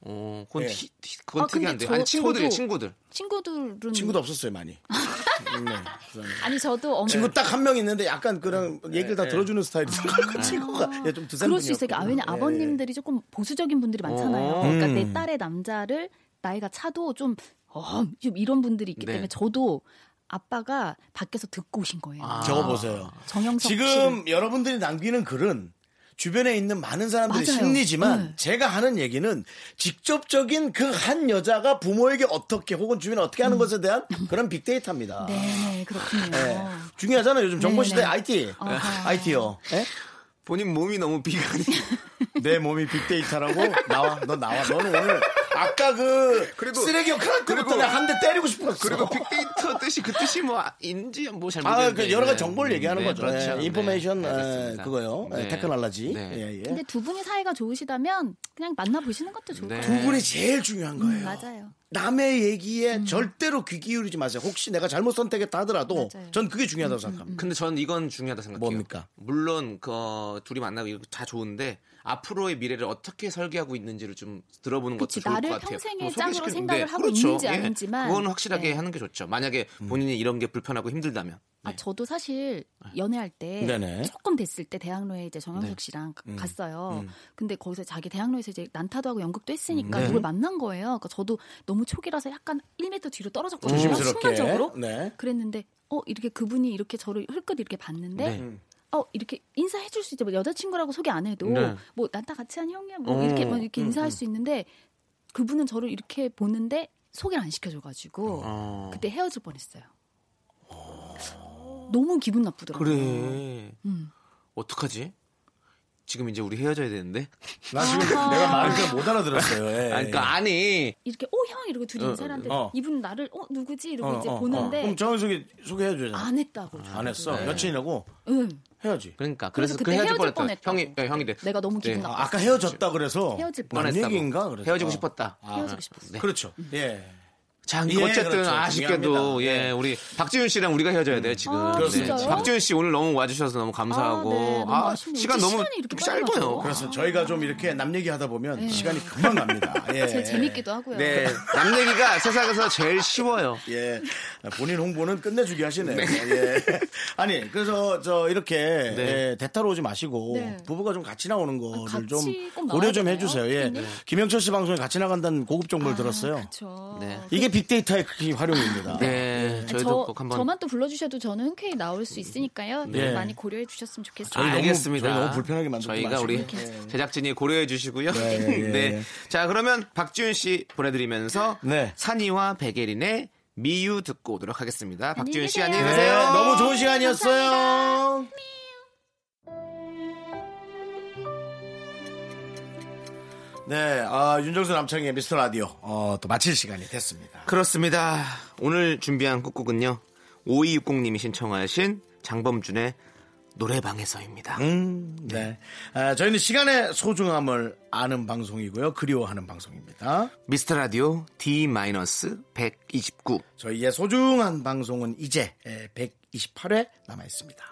S2: 어, 그건
S1: 예.
S2: 히- 히- 그건 특이한데. 아니 친구들이 친구들.
S9: 친구들은
S1: 친구도 없었어요 많이.
S9: 아.
S1: 네, 그래서
S9: 아니 저도 어머 네.
S2: 네.
S1: 친구 딱 한 명 있는데 약간 그런 얘기를 다
S2: 예.
S1: 들어주는 스타일이 아, 친구가 예, 좀 두세
S9: 그럴 수 있어요.
S1: 분이었거든요.
S9: 아, 왜냐
S1: 예,
S9: 아버님들이 조금 보수적인 분들이 많잖아요.
S1: 어.
S9: 그러니까
S1: 음.
S9: 내 딸의 남자를 나이가 차도 좀, 어, 좀 이런 분들이 있기
S1: 네.
S9: 때문에 저도 아빠가 밖에서 듣고 오신 거예요. 아.
S1: 적어보세요.
S9: 정영석
S1: 아, 지금
S9: 씨를.
S1: 여러분들이 남기는 글은 주변에 있는 많은 사람들의
S9: 맞아요. 네.
S1: 심리지만 제가 하는 얘기는 직접적인 그 한 여자가 부모에게 어떻게 혹은 주변에 어떻게 하는 것에 대한 그런
S2: 아.
S1: 빅데이터입니다.
S9: 음. 네, 그렇군요.
S1: 예. 중요하잖아요. 요즘 정보시대 IT. IT요. 네?
S2: 본인 몸이 너무 비관이.
S1: 내 몸이 빅데이터라고? 나와, 너 나와. 너는 오늘 아까 그 쓰레기 역할 때부터 내가 한 대 때리고 싶었어.
S2: 그리고 빅데이터 뜻이 그 뜻이 뭐인지 뭐잘
S1: 아,
S2: 모르겠는데.
S1: 그 여러 가지 정보를
S2: 네.
S1: 얘기하는
S2: 네,
S1: 거죠.
S2: 그렇죠.
S1: 예, 인포메이션
S2: 네,
S1: 예,
S2: 알겠습니다.
S1: 그거요.
S2: 네.
S1: 테크놀라지. 예, 예.
S9: 근데 두 분이 사이가 좋으시다면 그냥 만나보시는 것도 좋을
S2: 네.
S9: 것 같아요.
S1: 두 분이 제일 중요한
S9: 네. 음,
S1: 거예요.
S9: 맞아요. 음.
S1: 남의 얘기에 절대로 귀 기울이지 마세요. 혹시 내가 잘못 선택했다 하더라도
S2: 맞아요.
S1: 전 그게
S9: 음,
S1: 중요하다고 생각합니다.
S2: 근데 저는 이건 중요하다 생각해요. 뭡니까? 물론 그 어, 둘이 만나고 이거 다 좋은데 앞으로의 미래를 어떻게 설계하고 있는지를 좀 들어보는 것도
S9: 그치,
S2: 좋을
S9: 나를
S2: 것 같아요.
S9: 평생의
S2: 뭐 소개시켜- 예.
S9: 짝으로 생각을 하고 있는지 아닌지만.
S2: 그건 확실하게
S9: 네.
S2: 하는 게 좋죠. 만약에 본인이 이런 게 불편하고 힘들다면
S9: 아, 저도 사실 연애할 때
S2: 네네.
S9: 조금 됐을 때 대학로에 이제 정영석
S2: 네.
S9: 씨랑 가-
S2: 음.
S9: 갔어요.
S2: 음.
S9: 근데 거기서 자기 대학로에서 이제 난타도 하고 연극도 했으니까
S1: 네.
S9: 누굴 만난 거예요. 그러니까 저도 너무 초기라서 약간 1m 뒤로 떨어졌거든요.
S1: 조심스럽게.
S9: 순간적으로.
S1: 네.
S9: 그랬는데 어 이렇게 그분이 이렇게 저를 흘끗 이렇게 봤는데
S1: 네.
S9: 어 이렇게 인사해 줄 수 있죠. 뭐 여자친구라고 소개 안 해도
S1: 네.
S9: 뭐 난타 같이 한 형이야 뭐
S1: 어,
S9: 이렇게 막 이렇게
S1: 음,
S9: 인사할
S1: 음.
S9: 수 있는데 그분은 저를 이렇게 보는데 소개를 안 시켜줘가지고
S1: 아.
S2: 어.
S9: 그때 헤어질 뻔했어요.
S1: 어.
S9: 너무 기분 나쁘더라고요.
S2: 그래.
S9: 음.
S2: 어떡하지? 지금 이제 우리 헤어져야 되는데.
S1: 나 지금
S9: 아하.
S1: 내가 말을 잘 못 알아들었어요. 예,
S2: 아니, 그러니까 아니.
S9: 이렇게 오 형 이러고 둘이
S2: 어,
S9: 인사하는데
S1: 어.
S9: 이분 나를 어 누구지 이러고
S1: 어,
S9: 이제
S1: 어, 어.
S9: 보는데 아,
S1: 그럼 정현석이 소개해 줘야
S9: 안 했다고.
S1: 안 했어.
S2: 네.
S1: 여친이라고
S9: 응.
S1: 해야지.
S2: 그러니까 그래서, 그
S9: 그래서 그때
S2: 헤어질
S9: 헤어질
S2: 뻔했다.
S9: 뻔했다고.
S2: 형이 네, 형이래.
S9: 내가 너무 기분 나빴어.
S1: 아까 헤어졌다 그래서
S9: 헤어질 뻔. 음.
S1: 뭔
S2: 뻔했다고.
S1: 얘기인가 그래서
S2: 헤어지고 싶었다.
S9: 아.
S2: 네.
S9: 헤어지고 싶었어.
S1: 그렇죠. 예.
S2: 자,
S1: 예,
S2: 어쨌든
S1: 그렇죠.
S2: 아쉽게도
S1: 중요합니다. 네.
S2: 예, 우리 박지윤 씨랑 우리가 헤어져야 돼요 지금. 네.
S1: 아, 그렇습니다. 진짜요?
S2: 박지윤 씨 오늘 너무 와주셔서 너무 감사하고.
S1: 아, 네, 너무 아쉽네요.
S2: 시간
S1: 어째
S2: 너무
S1: 시간이
S9: 이렇게
S2: 짧아요.
S1: 그래서 저희가 좀 이렇게 남 얘기하다 보면
S9: 예.
S1: 시간이 금방 갑니다. 예.
S9: 아, 제일 재밌기도 하고요.
S1: 네.
S2: 남 얘기가 세상에서 제일 쉬워요.
S1: 예. 본인 홍보는 끝내주기 하시네요. 예. 아니, 그래서 저 이렇게 예, 대타로 오지 마시고
S9: 네. 아,
S1: 부부가 좀 같이 나오는 거를
S9: 같이
S1: 좀
S9: 꼭 나와야
S1: 고려 좀
S9: 되나요?
S1: 해주세요. 예.
S9: 네. 아,
S1: 김영철 씨 방송에 같이 나간다는 고급 정보를 들었어요.
S2: 네.
S1: 이게 빅데이터의 그 활용입니다.
S2: 네.
S9: 저, 저만 또 불러주셔도 저는 흔쾌히 나올 수 있으니까요.
S2: 네.
S9: 많이 고려해 주셨으면 좋겠어요.
S2: 저희 아, 알겠습니다.
S1: 저희 너무 불편하게 만들지
S2: 저희가
S1: 마시고.
S2: 우리
S1: 네.
S2: 제작진이 고려해 주시고요.
S1: 네, 예, 예,
S2: 네.
S1: 예.
S2: 자, 그러면 박지윤 씨 보내드리면서
S1: 네.
S2: 산이와 백예린의 미유 듣고 오도록 하겠습니다. 박지윤 씨 안녕히 계세요.
S1: 네, 너무 좋은 시간이었어요. 네, 아, 윤정수 남창의 미스터 라디오 어, 또 마칠 시간이 됐습니다.
S2: 그렇습니다. 오늘 준비한 곡곡은요. 5260님이 신청하신 장범준의
S1: 음.
S2: 노래방에서입니다.
S1: 네, 아, 저희는 시간의 소중함을 아는 방송이고요, 그리워하는 방송입니다.
S2: 미스터 라디오 D-129
S1: 저희의 소중한 방송은 이제 128회 남아 있습니다.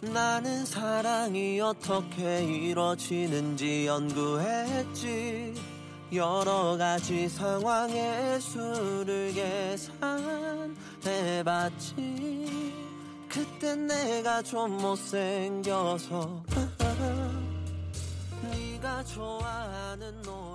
S13: 나는 사랑이 어떻게 이루어지는지 연구했지 여러 가지 상황의 수를 계산해봤지 그땐 내가 좀 못생겨서 네가 좋아하는 노래